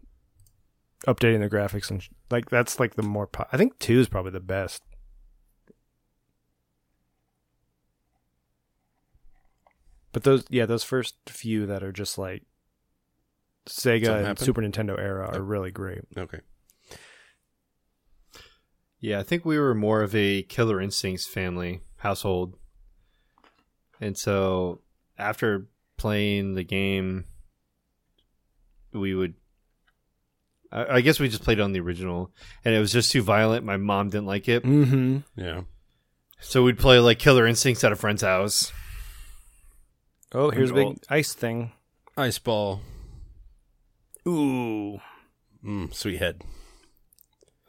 Speaker 2: updating the graphics and sh- like that's like the more. Po- I think two is probably the best. But those, yeah, those first few that are just like
Speaker 4: Something
Speaker 2: Sega and
Speaker 4: happened?
Speaker 2: Super Nintendo era are really great.
Speaker 4: okay.
Speaker 3: Yeah, I think we were more of a Killer Instincts family household. And so after playing the game, we would. I I guess we just played on the original, and it was just too violent. My mom didn't like it,
Speaker 2: Mm-hmm.
Speaker 4: Yeah.
Speaker 3: so we'd play like Killer Instincts at a friend's house.
Speaker 2: Oh, here's a
Speaker 3: And
Speaker 2: big
Speaker 3: all-
Speaker 2: ice thing.
Speaker 4: Ice ball.
Speaker 2: Ooh.
Speaker 4: Mm, sweet head.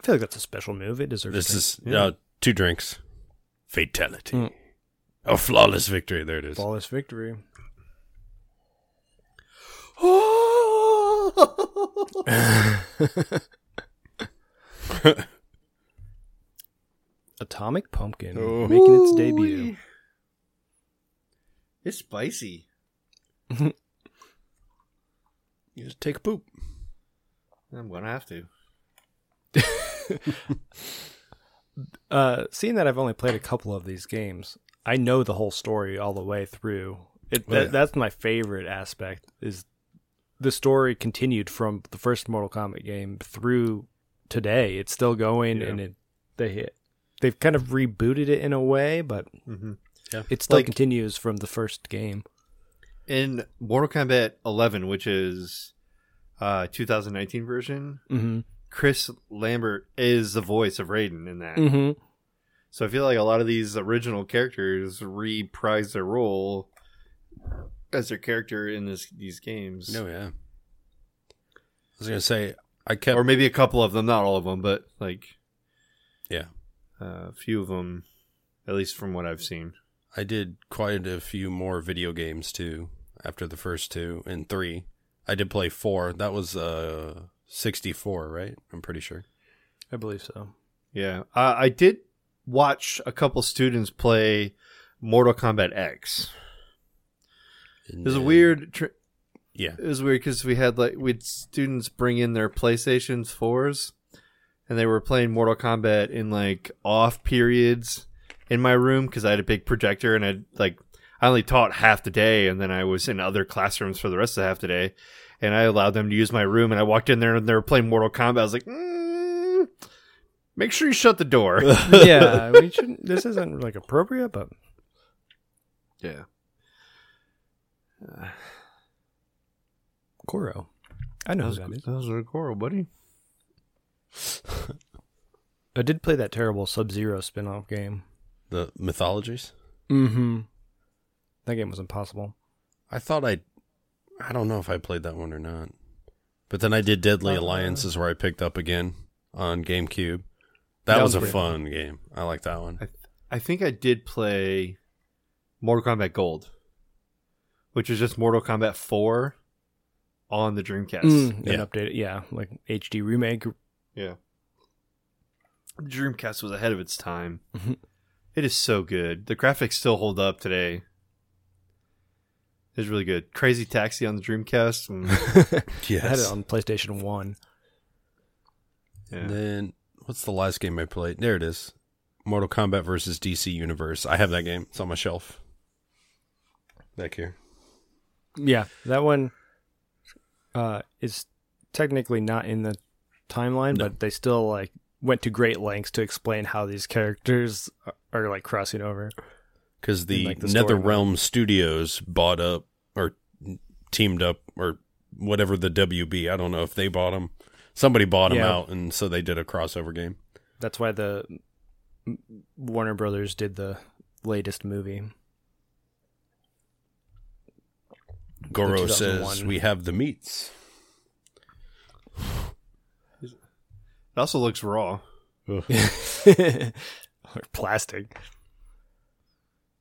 Speaker 2: I feel like that's a special move. It deserves.
Speaker 4: This
Speaker 2: a
Speaker 4: is uh, two drinks. Fatality. A flawless victory. There it is.
Speaker 2: flawless victory. Atomic Pumpkin
Speaker 4: Oh.
Speaker 2: making its debut.
Speaker 3: It's spicy.
Speaker 4: You just take a poop.
Speaker 3: I'm gonna have to.
Speaker 2: Uh, seeing that I've only played a couple of these games, I know the whole story all the way through. It,
Speaker 4: Oh,
Speaker 2: that,
Speaker 4: yeah.
Speaker 2: That's my favorite aspect is the story continued from the first Mortal Kombat game through today. It's still going,
Speaker 3: Yeah.
Speaker 2: and it they they've kind of rebooted it in a way, but
Speaker 3: Mm-hmm.
Speaker 2: it still
Speaker 3: Like-
Speaker 2: continues from the first game.
Speaker 3: in Mortal Kombat 11, which is uh 2019 version,
Speaker 2: Mm-hmm.
Speaker 3: Chris Lambert is the voice of Raiden in that.
Speaker 2: Mm-hmm.
Speaker 3: So I feel like a lot of these original characters reprise their role as their character in this these games.
Speaker 4: No, yeah. I was gonna say I kept
Speaker 3: Or maybe a couple of them, not all of them, but like
Speaker 4: Yeah.
Speaker 3: uh, a few of them, at least from what I've seen.
Speaker 4: I did quite a few more video games too after the first two and three. I did play four. That was uh sixty four, right? I'm pretty sure.
Speaker 2: I believe so.
Speaker 3: Yeah, uh, I did watch a couple students play Mortal Kombat X. It
Speaker 4: And
Speaker 3: was a
Speaker 4: then-
Speaker 3: weird. Tr-
Speaker 4: Yeah.
Speaker 3: it was weird because we had like we'd students bring in their PlayStation fours, and they were playing Mortal Kombat in like off periods in my room because I had a big projector and I like I only taught half the day and then I was in other classrooms for the rest of half the day, and I allowed them to use my room and I walked in there and they were playing Mortal Kombat. I was like, mm, make sure you shut the door.
Speaker 2: yeah, we shouldn't. This isn't like appropriate, but
Speaker 3: yeah.
Speaker 2: Koro. I know who that is.
Speaker 3: a coral, buddy.
Speaker 2: I did play that terrible Sub Zero spin off game.
Speaker 4: The mythologies.
Speaker 2: Mm hmm. That game was impossible.
Speaker 4: I thought I I don't know if I played that one or not. But then I did Deadly
Speaker 2: Uh,
Speaker 4: Alliances where I picked up again on GameCube. That,
Speaker 2: That
Speaker 4: was,
Speaker 2: was
Speaker 4: a
Speaker 2: pretty
Speaker 4: fun game. I like that one.
Speaker 3: I think I did play Mortal Kombat Gold, which is just Mortal Kombat 4 on the Dreamcast.
Speaker 2: Mm,
Speaker 4: Yeah.
Speaker 2: And update it. Yeah, like HD remake.
Speaker 3: Yeah. The Dreamcast was ahead of its time.
Speaker 2: Mhm.
Speaker 3: It is so good. The graphics still hold up today. It's really good. Crazy Taxi on the Dreamcast. mm,
Speaker 2: I had
Speaker 4: yes.
Speaker 2: it on PlayStation 1.
Speaker 3: yeah.
Speaker 4: And then what's the last game I played? There it is. Mortal Kombat versus DC Universe. I have that game. It's on my shelf. Back here.
Speaker 2: Yeah, that one uh, is technically not in the timeline,
Speaker 4: No.
Speaker 2: but they still like went to great lengths to explain how these characters are, are like crossing over.
Speaker 4: Because the,
Speaker 2: And, like, the story
Speaker 4: Nether Realm Studios bought up or teamed up or whatever the WB. I don't know if they bought them. Somebody bought them
Speaker 2: Yeah.
Speaker 4: out, and so they did a crossover game.
Speaker 2: That's why the Warner Brothers did the latest movie.
Speaker 4: Goro
Speaker 2: 2001.
Speaker 4: says we have the meats.
Speaker 3: It also looks raw.
Speaker 2: or plastic.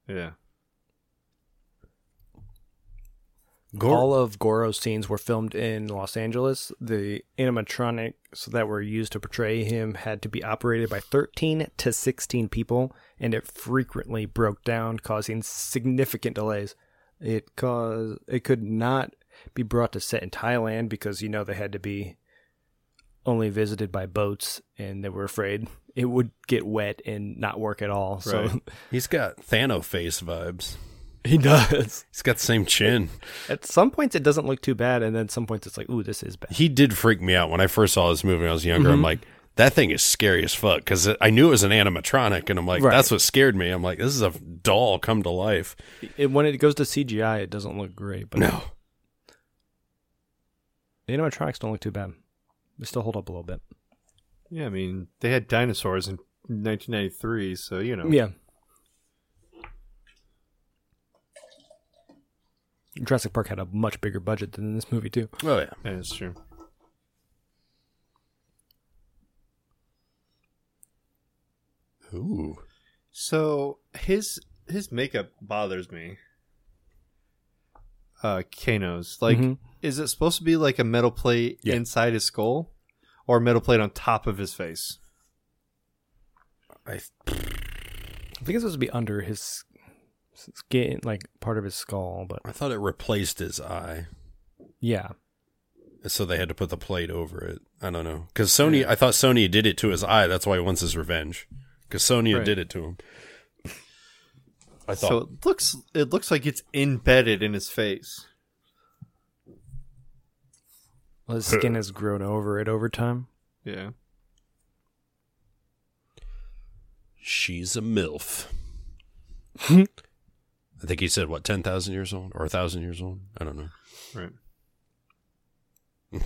Speaker 3: Yeah.
Speaker 4: Goro.
Speaker 2: All of Goro's scenes were filmed in Los Angeles. The animatronics that were used to portray him had to be operated by 13 to 16 people, and it frequently broke down, causing significant delays. It caused it could not be brought to set in Thailand because you know they had to be only visited by boats, and they were afraid it would get wet and not work at all. So
Speaker 3: Right.
Speaker 4: He's got Thanos face vibes.
Speaker 2: he does.
Speaker 4: He's got the same chin.
Speaker 2: At some points, it doesn't look too bad, and then some points it's like, ooh, this is bad.
Speaker 4: he did freak me out when I first saw this movie when I was younger. I'm like, that thing is scary as fuck because I knew it was an animatronic, and I'm like,
Speaker 2: Right.
Speaker 4: that's what scared me. I'm like, this is a doll come to life.
Speaker 2: It, when it goes to CGI, it doesn't look great, but
Speaker 4: No,
Speaker 2: the animatronics don't look too bad. They still hold up a little bit.
Speaker 3: Yeah, I mean, they had dinosaurs in 1993, so, you know.
Speaker 2: Yeah. Jurassic Park had a much bigger budget than this movie too.
Speaker 4: oh yeah,
Speaker 3: Yeah, That's true.
Speaker 4: ooh,
Speaker 3: So his his makeup bothers me. Uh Kano's. Like
Speaker 2: Mhm.
Speaker 3: is it supposed to be like a metal plate
Speaker 4: Mm-hmm. Yeah.
Speaker 3: inside his skull or a metal plate on top of his face?
Speaker 4: I
Speaker 2: I think it's supposed to be under his skin, like part of his skull, but
Speaker 4: I thought it replaced his eye,
Speaker 2: yeah,
Speaker 4: so they had to put the plate over it. I don't know because Sony, I thought Sony did it to his eye. That's why he wants his revenge because Sonya
Speaker 3: Right.
Speaker 4: did it to him. I thought
Speaker 3: So it looks it looks like it's embedded in his face.
Speaker 2: well, his skin has grown over it over time.
Speaker 3: Yeah.
Speaker 4: she's a milf. I think he said what ten thousand years old or thousand years old. I don't know.
Speaker 3: Right.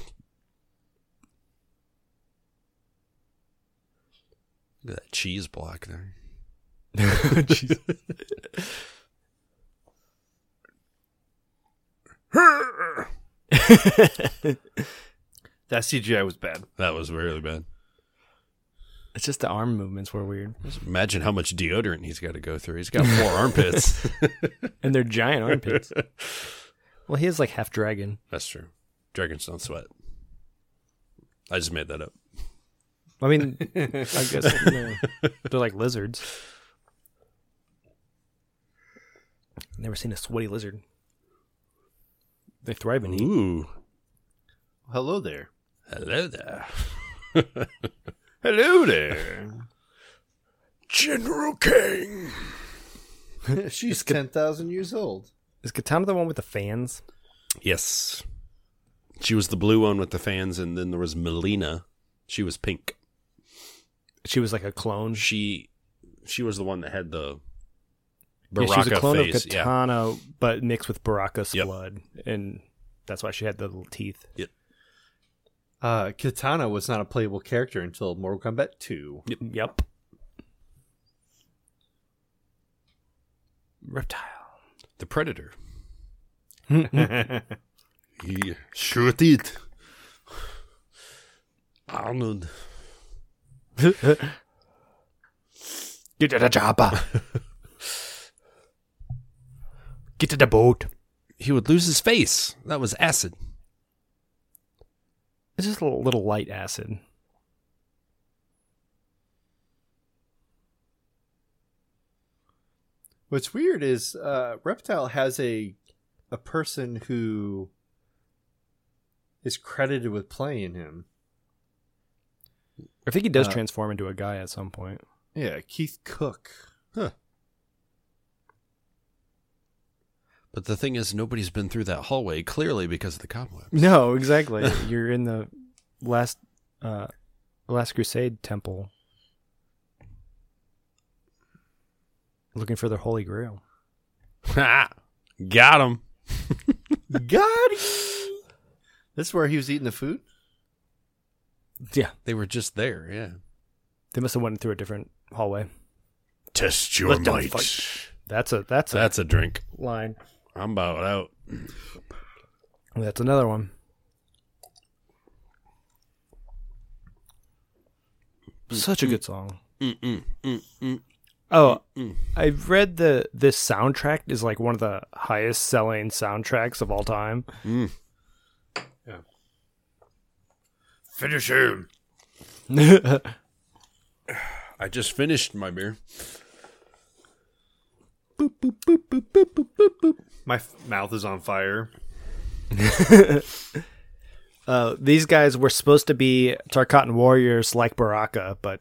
Speaker 4: Look at that cheese block there.
Speaker 3: That CGI was bad.
Speaker 4: That was really bad.
Speaker 2: it's just the arm movements were weird,
Speaker 4: Just imagine how much deodorant he's got to go through. He's got four armpits.
Speaker 2: and they're giant armpits. well, he is like half dragon.
Speaker 4: That's true. Dragons don't sweat. I just made that up.
Speaker 2: I mean, I guess no. they're like lizards. Never seen a sweaty lizard. They thrive in heat.
Speaker 4: Ooh,
Speaker 3: Hello there.
Speaker 4: hello there,
Speaker 3: Hello there.
Speaker 4: General King.
Speaker 3: She's 10,000 years old.
Speaker 2: Is Katana the one with the fans?
Speaker 4: Yes, she was the blue one with the fans, and then there was Melina. She was pink.
Speaker 2: She was like a clone.
Speaker 4: She, she was the one that had the
Speaker 2: Yeah,
Speaker 4: Baraka
Speaker 2: she was a clone
Speaker 4: face.
Speaker 2: of
Speaker 4: yeah,
Speaker 2: Katana, but mixed with Baraka's
Speaker 4: Yep.
Speaker 2: blood, and that's why she had the little teeth.
Speaker 3: Uh, Katana was not a playable character until Mortal Kombat 2.
Speaker 2: Yep. Reptile.
Speaker 4: the Predator.
Speaker 3: Arnold
Speaker 4: He shoot it, Arnold.
Speaker 1: Get to the chopper.
Speaker 2: Get to the boat.
Speaker 4: He would lose his face. That was acid.
Speaker 2: It's just a little, little light acid.
Speaker 3: What's weird is uh, Reptile has a a person who is credited with playing him.
Speaker 2: I think he does
Speaker 3: Uh,
Speaker 2: transform into a guy at some point.
Speaker 3: Yeah, Keith Cook.
Speaker 4: But the thing is, nobody's been through that hallway clearly because of the cobwebs.
Speaker 2: No, exactly. You're in the last uh last crusade temple looking for the holy grail.
Speaker 4: Ha! Got him.
Speaker 3: God. That's where he was eating the food.
Speaker 2: Yeah,
Speaker 4: They were just there, yeah.
Speaker 2: they must have went through a different hallway.
Speaker 4: Test your
Speaker 2: Let them might. That's a that's a
Speaker 4: That's a drink.
Speaker 2: line.
Speaker 4: I'm about out.
Speaker 2: That's another one. Such a good song.
Speaker 4: Mm-mm, mm-mm.
Speaker 2: Oh,
Speaker 4: Mm.
Speaker 2: I've read the this soundtrack is like one of the highest selling soundtracks of all time.
Speaker 4: Mm.
Speaker 3: Finish him.
Speaker 4: I just finished my beer.
Speaker 3: My f- mouth is on fire.
Speaker 2: Uh, these guys were supposed to be Tarkatan warriors like Baraka, but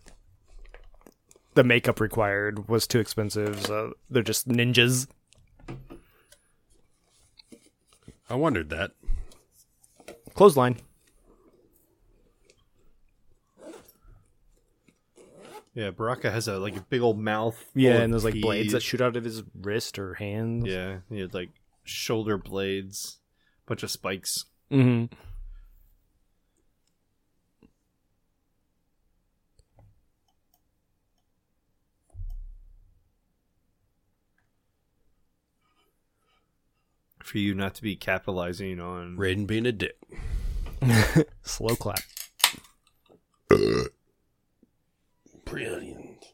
Speaker 2: the makeup required was too expensive, so they're just ninjas.
Speaker 4: I wondered that.
Speaker 2: Clothesline.
Speaker 3: Yeah, Baraka has a like a big old mouth. full
Speaker 2: Yeah,
Speaker 4: Oh,
Speaker 3: of
Speaker 2: and there's like blades
Speaker 3: teeth.
Speaker 2: that shoot out of his wrist or hand.
Speaker 3: Yeah, he had like shoulder blades, bunch of spikes.
Speaker 2: hmm
Speaker 3: For you not to be capitalizing on
Speaker 4: Raiden being a dick.
Speaker 2: Slow clap.
Speaker 4: Brilliant.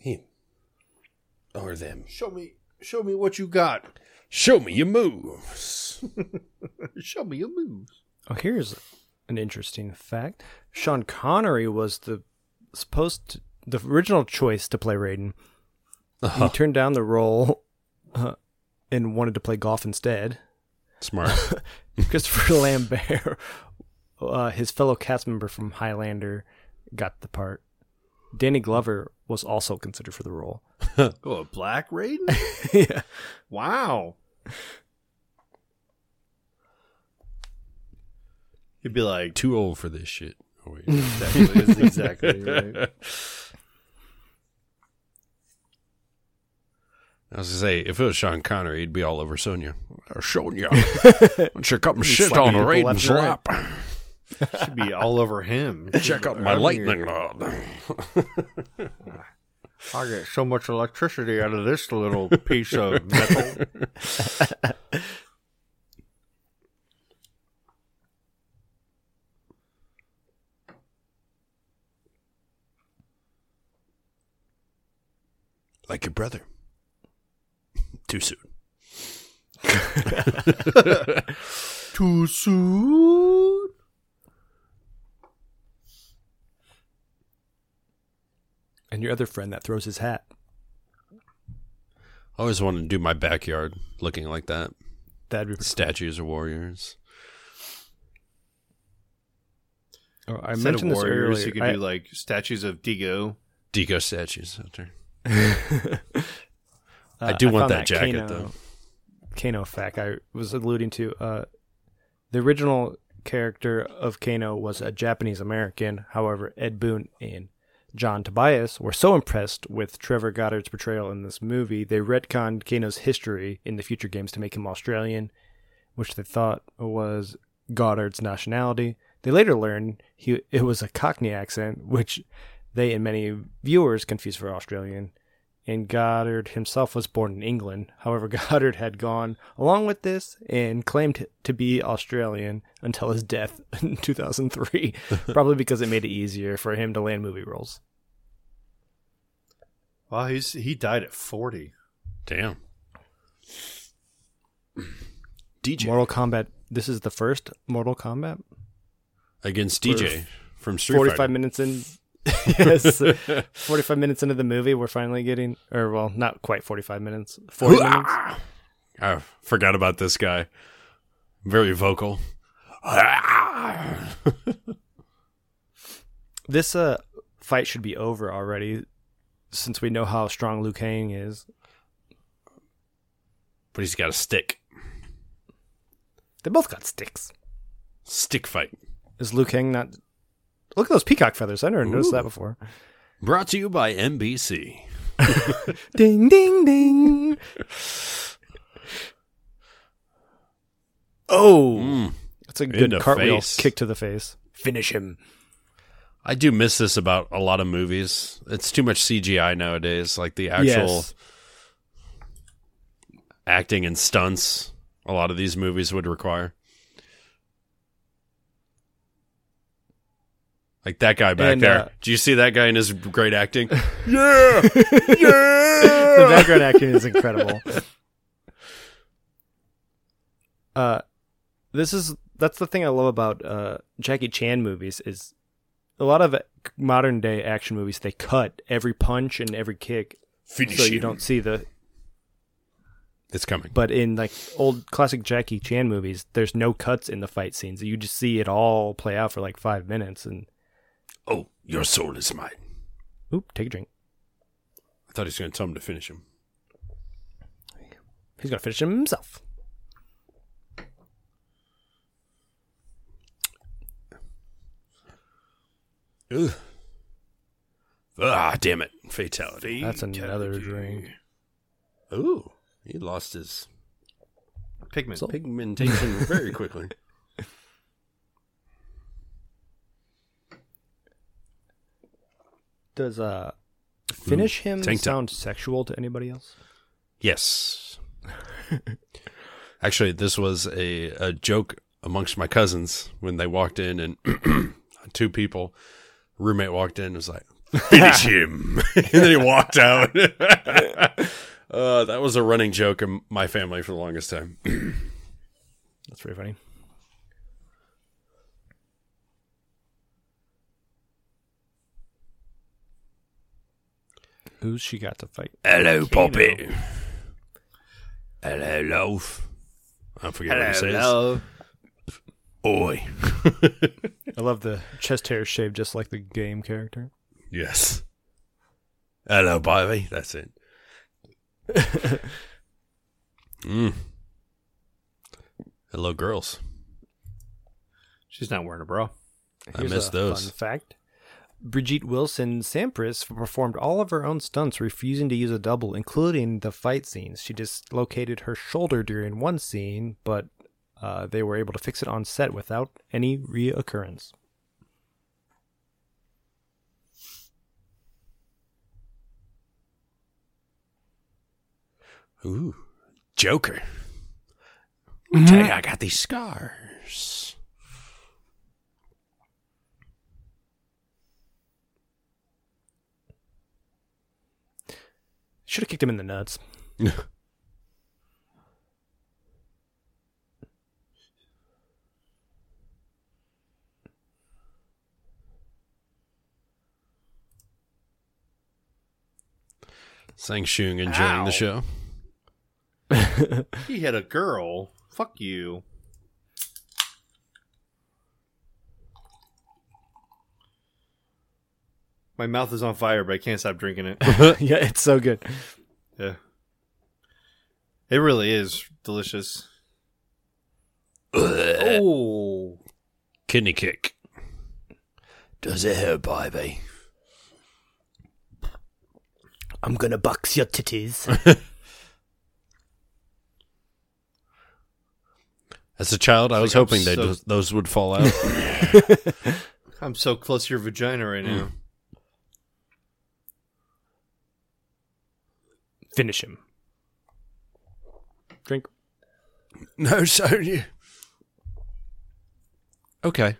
Speaker 4: Him. Or them.
Speaker 3: Show me, show me what you got.
Speaker 4: Show me your moves.
Speaker 3: Show me your moves.
Speaker 2: Oh, here's an interesting fact. Sean Connery was the supposed to, the original choice to play Raiden.
Speaker 4: Uh-huh.
Speaker 2: He turned down the role uh, and wanted to play golf instead.
Speaker 4: Smart.
Speaker 2: Christopher Lambert, uh, his fellow cast member from Highlander, got the part. Danny Glover was also considered for the role.
Speaker 3: Oh, a black Raiden?
Speaker 2: yeah.
Speaker 3: wow. He'd be like,
Speaker 4: Too old for this shit. Oh, wait.
Speaker 3: exactly, that's exactly right.
Speaker 4: I was gonna say, if it was Sean Connery, he'd be all over Sonya. Or Sonya. Don't you come shit on
Speaker 2: slapping
Speaker 4: a
Speaker 2: people
Speaker 4: raid and
Speaker 2: left and right.
Speaker 4: slap.
Speaker 3: Should be all over him.
Speaker 4: Check out my lightning rod.
Speaker 3: I get so much electricity out of this little piece of metal.
Speaker 4: Like your brother. Too soon.
Speaker 3: Too soon.
Speaker 2: And your other friend that throws his hat.
Speaker 4: I always wanted to do my backyard looking like that.
Speaker 2: That'd be.
Speaker 4: Statues of warriors.
Speaker 2: Oh, I
Speaker 3: Instead
Speaker 2: mentioned
Speaker 3: of
Speaker 2: this
Speaker 3: warriors,
Speaker 2: earlier.
Speaker 3: you could
Speaker 2: I-
Speaker 3: do like statues of Digo.
Speaker 4: Deco statues out there.
Speaker 2: Uh,
Speaker 4: I do
Speaker 2: found
Speaker 4: want that, jacket
Speaker 2: Kano-
Speaker 4: though.
Speaker 2: Kano fact I was alluding to. Uh, the original character of Kano was a Japanese American. However, Ed Boon and John Tobias were so impressed with Trevor Goddard's portrayal in this movie, they retconned Kano's history in the future games to make him Australian, which they thought was Goddard's nationality. They later learned he it was a Cockney accent, which they and many viewers confused for Australian and Goddard himself was born in England. However, Goddard had gone along with this and claimed to be Australian until his death in 2003, probably because it made it easier for him to land movie roles.
Speaker 3: Wow, he's he died at forty.
Speaker 4: Damn. DJ
Speaker 2: Mortal Kombat, this is the first Mortal Kombat?
Speaker 4: against DJ from Street
Speaker 2: 45
Speaker 4: Fighter.
Speaker 2: minutes in. yes. 45 minutes into the movie, we're finally getting, or well, not quite 45 minutes. 40 minutes.
Speaker 4: I forgot about this guy. Very vocal.
Speaker 2: This uh, fight should be over already since we know how strong Liu Kang is.
Speaker 4: but he's got a stick.
Speaker 2: They both got sticks.
Speaker 4: Stick fight.
Speaker 2: Is Liu Kang not? Look at those peacock feathers. I never noticed that before.
Speaker 4: Brought to you by NBC.
Speaker 2: Ding, ding, ding. oh,
Speaker 4: Mm.
Speaker 2: that's a
Speaker 4: the
Speaker 2: good cartwheel
Speaker 4: face.
Speaker 2: kick to the face. Finish him.
Speaker 4: I do miss this about a lot of movies. It's too much CGI nowadays. Like the actual
Speaker 2: Yes.
Speaker 4: acting and stunts a lot of these movies would require. Like that guy back
Speaker 2: And,
Speaker 4: there.
Speaker 2: uh,
Speaker 4: do you see that guy in his great acting? yeah,
Speaker 2: The
Speaker 4: yeah.
Speaker 2: background acting is incredible. Uh, this is that's the thing I love about uh Jackie Chan movies is a lot of modern day action movies they cut every punch and every kick
Speaker 4: Finish
Speaker 2: so you
Speaker 4: him.
Speaker 2: don't see the
Speaker 4: It's coming.
Speaker 2: but in like old classic Jackie Chan movies, there's no cuts in the fight scenes. You just see it all play out for like five minutes and
Speaker 4: Oh, your soul is mine.
Speaker 2: oop, take a drink.
Speaker 4: I thought he was going to tell him to finish him.
Speaker 2: He's gonna finish him himself.
Speaker 4: Ugh. Ah, damn it! Fatality.
Speaker 2: That's another drink.
Speaker 4: Ooh, he lost his
Speaker 3: Pigment.
Speaker 4: pigmentation very quickly.
Speaker 2: Does uh finish him
Speaker 4: tank top.
Speaker 2: sound sexual to anybody else?
Speaker 4: Yes. Actually, this was a, a joke amongst my cousins when they walked in, and two people, roommate walked in and was like, finish him. and then he walked out. uh, that was a running joke in my family for the longest time.
Speaker 2: That's pretty funny. Who's she got to fight?
Speaker 4: Hello, Poppy. Hello, Loaf. I forget what he says. Oi.
Speaker 2: I love the chest hair shaved just like the game character.
Speaker 4: Yes. Hello, baby. That's it. mm. Hello, girls.
Speaker 3: She's not wearing a bra.
Speaker 4: I miss those.
Speaker 2: Fun fact: Brigitte Wilson Sampras performed all of her own stunts, refusing to use a double, including the fight scenes. She dislocated her shoulder during one scene, but uh, they were able to fix it on set without any reoccurrence.
Speaker 4: Ooh, Joker. Tell you, I got these scars.
Speaker 2: Should have kicked him in the nuts.
Speaker 4: Sang Shung enjoying
Speaker 3: Ow.
Speaker 4: the show.
Speaker 3: He had a girl. Fuck you. My mouth is on fire, but I can't stop drinking it.
Speaker 2: yeah, it's so good.
Speaker 3: yeah. It really is delicious. Oh.
Speaker 4: Kidney kick. Does it hurt, baby?
Speaker 2: I'm gonna box your titties.
Speaker 4: As a child, I was
Speaker 3: like I'm
Speaker 4: hoping that
Speaker 3: so-
Speaker 4: those, those would fall out.
Speaker 3: I'm so close to your vagina right now.
Speaker 2: Finish him. Drink.
Speaker 4: no, Sonya. Okay.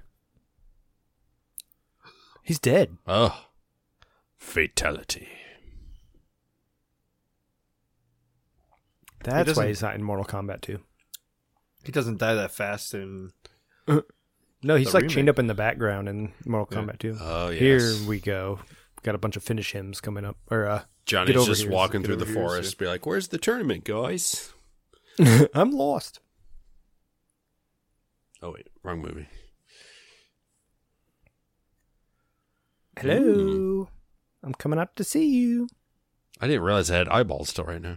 Speaker 2: He's dead.
Speaker 4: Oh. Fatality.
Speaker 2: That's
Speaker 3: doesn't-
Speaker 2: why he's not in Mortal Kombat 2.
Speaker 3: He doesn't die that fast and
Speaker 2: No, he's
Speaker 3: The
Speaker 2: like chained
Speaker 3: remake.
Speaker 2: up in the background in Mortal
Speaker 3: Yeah.
Speaker 2: Kombat 2.
Speaker 4: Oh, yes.
Speaker 2: Here we go. Got a bunch of finish hymns coming up. Or uh
Speaker 4: Johnny's
Speaker 2: Get over
Speaker 4: just
Speaker 2: here,
Speaker 4: walking
Speaker 3: get
Speaker 4: through the
Speaker 3: over here,
Speaker 4: forest, be like, "Where's the tournament, guys?"
Speaker 2: I'm lost.
Speaker 4: Oh wait, wrong movie.
Speaker 2: Hello. I'm coming out to see you.
Speaker 4: I didn't realize I had eyeballs till right now.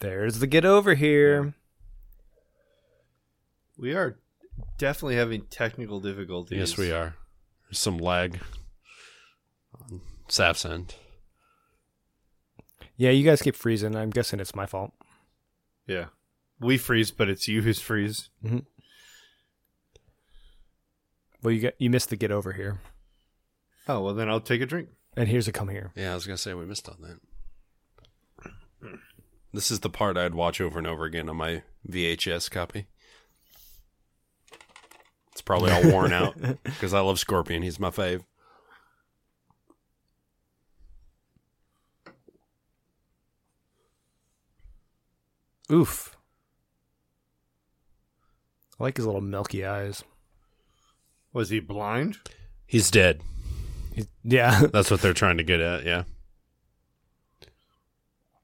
Speaker 2: There's the get over here.
Speaker 3: we are definitely having technical difficulties.
Speaker 4: Yes, we are. There's some lag. on Saf's end.
Speaker 2: Yeah, you guys keep freezing. I'm guessing it's my fault.
Speaker 3: Yeah. We freeze, but it's you who's freeze.
Speaker 2: Well, you got you missed the get over here.
Speaker 3: Oh, well then I'll take a drink.
Speaker 2: And here's a come here.
Speaker 4: Yeah, I was gonna say we missed on that. This is the part I'd watch over and over again on my VHS copy. It's probably all worn out because I love Scorpion. He's my fave.
Speaker 2: Oof. I like his little milky eyes.
Speaker 3: Was he blind?
Speaker 4: He's dead.
Speaker 2: He's, yeah.
Speaker 4: That's what they're trying to get at. Yeah.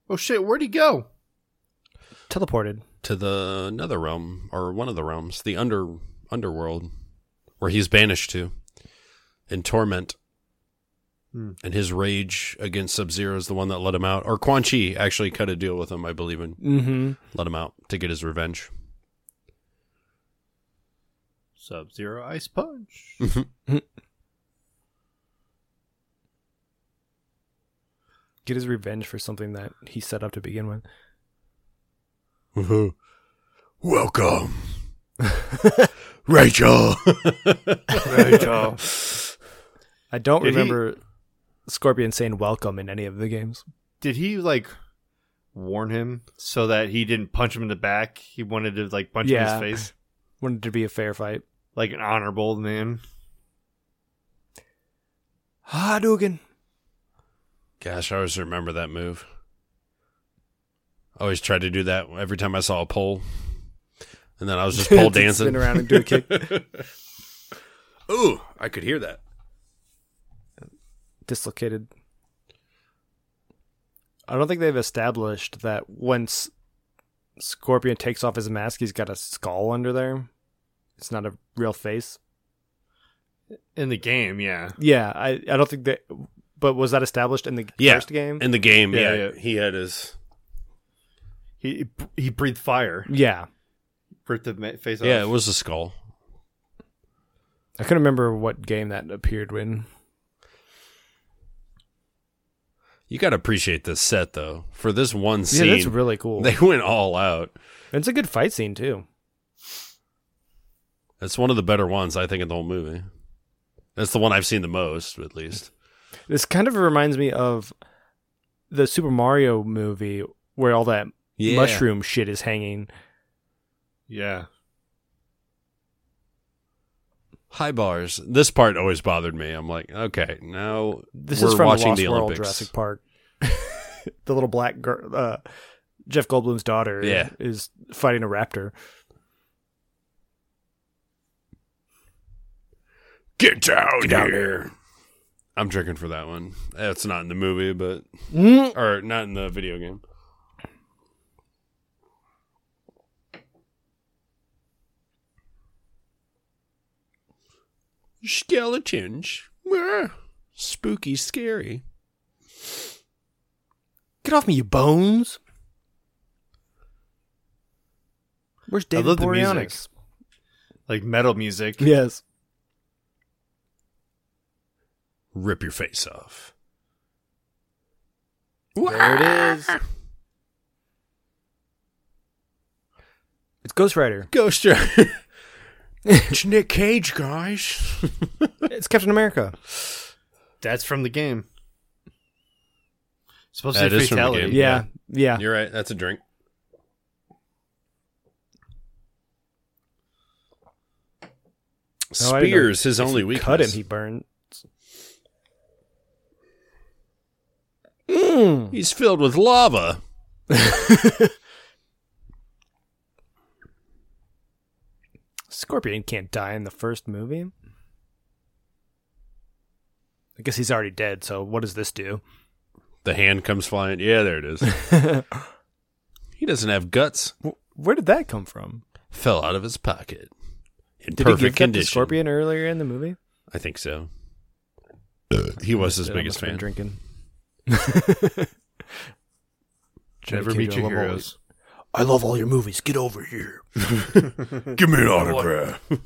Speaker 3: Oh shit, where'd he go?
Speaker 2: Teleported.
Speaker 4: to the another realm or one of the realms, the under underworld, where he's banished to in torment.
Speaker 3: Hmm.
Speaker 4: And his rage against Sub Zero is the one that let him out. Or Quan Chi actually cut a deal with him, I believe, and
Speaker 2: Mm-hmm.
Speaker 4: let him out to get his revenge.
Speaker 3: Sub Zero Ice Punch.
Speaker 2: Get his revenge for something that he set up to begin with.
Speaker 4: Welcome, Rachel.
Speaker 3: Rachel.
Speaker 2: I don't
Speaker 3: Did he-
Speaker 2: remember Scorpion saying welcome in any of the games.
Speaker 3: Did he like warn him so that he didn't punch him in the back? He wanted to like punch
Speaker 2: Yeah.
Speaker 3: him in his face.
Speaker 2: Wanted to be a fair fight.
Speaker 3: Like an honorable man.
Speaker 2: Hadouken.
Speaker 4: Gosh, I always remember that move. I always tried to do that every time I saw a pole. And then I was just pole
Speaker 2: Spin
Speaker 4: dancing.
Speaker 2: around and do a kick.
Speaker 4: Ooh, I could hear that.
Speaker 2: Dislocated. I don't think they've established that once Scorpion takes off his mask, he's got a skull under there. It's not a real face.
Speaker 3: In the game, yeah.
Speaker 2: Yeah, I, I don't think that. But was that established in the
Speaker 4: Yeah.
Speaker 2: first game?
Speaker 4: In the game, yeah,
Speaker 3: Yeah,
Speaker 4: he had his
Speaker 3: He he breathed fire.
Speaker 2: yeah.
Speaker 3: Ripped the ma- face off.
Speaker 4: Yeah, it was a skull.
Speaker 2: I couldn't remember what game that appeared in.
Speaker 4: You got to appreciate this set though. For this one scene,
Speaker 2: Yeah, that's really cool.
Speaker 4: they went all out.
Speaker 2: It's a good fight scene, too.
Speaker 4: That's one of the better ones I think in the whole movie. That's the one I've seen the most, at least.
Speaker 2: This kind of reminds me of the Super Mario movie where all that
Speaker 4: Yeah.
Speaker 2: mushroom shit is hanging.
Speaker 3: Yeah.
Speaker 4: High bars. This part always bothered me. I'm like, okay, now
Speaker 2: This
Speaker 4: we're
Speaker 2: is from
Speaker 4: watching
Speaker 2: the Lost
Speaker 4: the
Speaker 2: World,
Speaker 4: Olympics.
Speaker 2: Jurassic Park. the little black girl, uh, Jeff Goldblum's daughter,
Speaker 4: Yeah.
Speaker 2: is fighting a raptor.
Speaker 4: Get down here. I'm drinking for that one. That's not in the movie, but
Speaker 2: Mm.
Speaker 4: or not in the video game. Skeletons. Mwah. Spooky, scary.
Speaker 2: Get off me, you bones! Where's
Speaker 3: I
Speaker 2: David
Speaker 3: love the
Speaker 2: Boreanaz?
Speaker 3: Like metal music.
Speaker 2: Yes,
Speaker 4: Rip your face off.
Speaker 2: there it is. It's Ghost Rider.
Speaker 4: Ghost Rider. it's Nick Cage, guys.
Speaker 2: It's Captain America.
Speaker 3: That's from the game. Supposed
Speaker 4: That
Speaker 3: to be
Speaker 4: is from the
Speaker 3: fatality.
Speaker 4: game.
Speaker 2: Yeah, yeah.
Speaker 4: You're right. That's a drink.
Speaker 2: No, I didn't know.
Speaker 4: Spears, his
Speaker 2: If
Speaker 4: only
Speaker 2: you
Speaker 4: weakness.
Speaker 2: Cut him, he burns. Mm.
Speaker 4: He's filled with lava.
Speaker 2: Scorpion can't die in the first movie. I guess he's already dead, so what does this do?
Speaker 4: The hand comes flying. Yeah, there it is. he doesn't have guts.
Speaker 2: Wh- Where did that come from?
Speaker 4: Fell out of his pocket. In
Speaker 2: Did
Speaker 4: perfect
Speaker 2: he give that
Speaker 4: condition.
Speaker 2: to Scorpion earlier in the movie?
Speaker 4: I think so. he was his
Speaker 2: That
Speaker 4: biggest
Speaker 2: must have been
Speaker 4: fan.
Speaker 2: Drinking.
Speaker 3: Never
Speaker 2: Johnny
Speaker 3: meet
Speaker 2: Cage, I love
Speaker 3: your
Speaker 2: all
Speaker 3: heroes.
Speaker 2: I love all your movies. Get over here.
Speaker 4: Give me an autograph.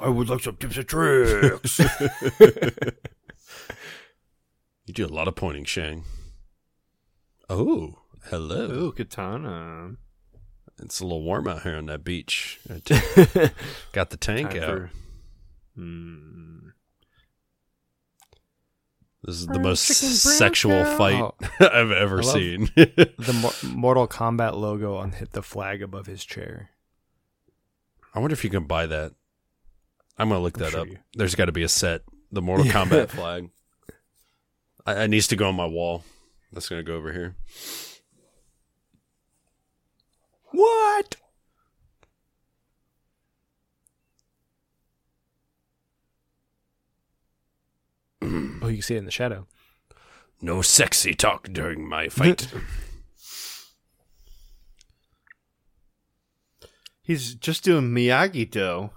Speaker 1: I would like some tips and tricks.
Speaker 4: You do a lot of pointing, Shang. Oh, hello.
Speaker 3: Ooh, katana.
Speaker 4: It's a little warm out here on that beach. Got the tank
Speaker 3: Time
Speaker 4: out.
Speaker 3: for- Mm.
Speaker 4: This is the most sexual fight I've ever
Speaker 2: I love-
Speaker 4: seen.
Speaker 2: Oh, The Mo- Mortal Kombat logo on hit the flag above his chair.
Speaker 4: I wonder if you can buy that. I'm gonna look
Speaker 2: I'm
Speaker 4: that
Speaker 2: sure
Speaker 4: up.
Speaker 2: you-
Speaker 4: There's got to be a set. The Mortal
Speaker 2: Yeah.
Speaker 4: Kombat flag. I, it needs to go on my wall. That's gonna go over here.
Speaker 2: What? oh, you can see it in the shadow.
Speaker 4: No sexy talk during my fight.
Speaker 3: He's just doing Miyagi Do.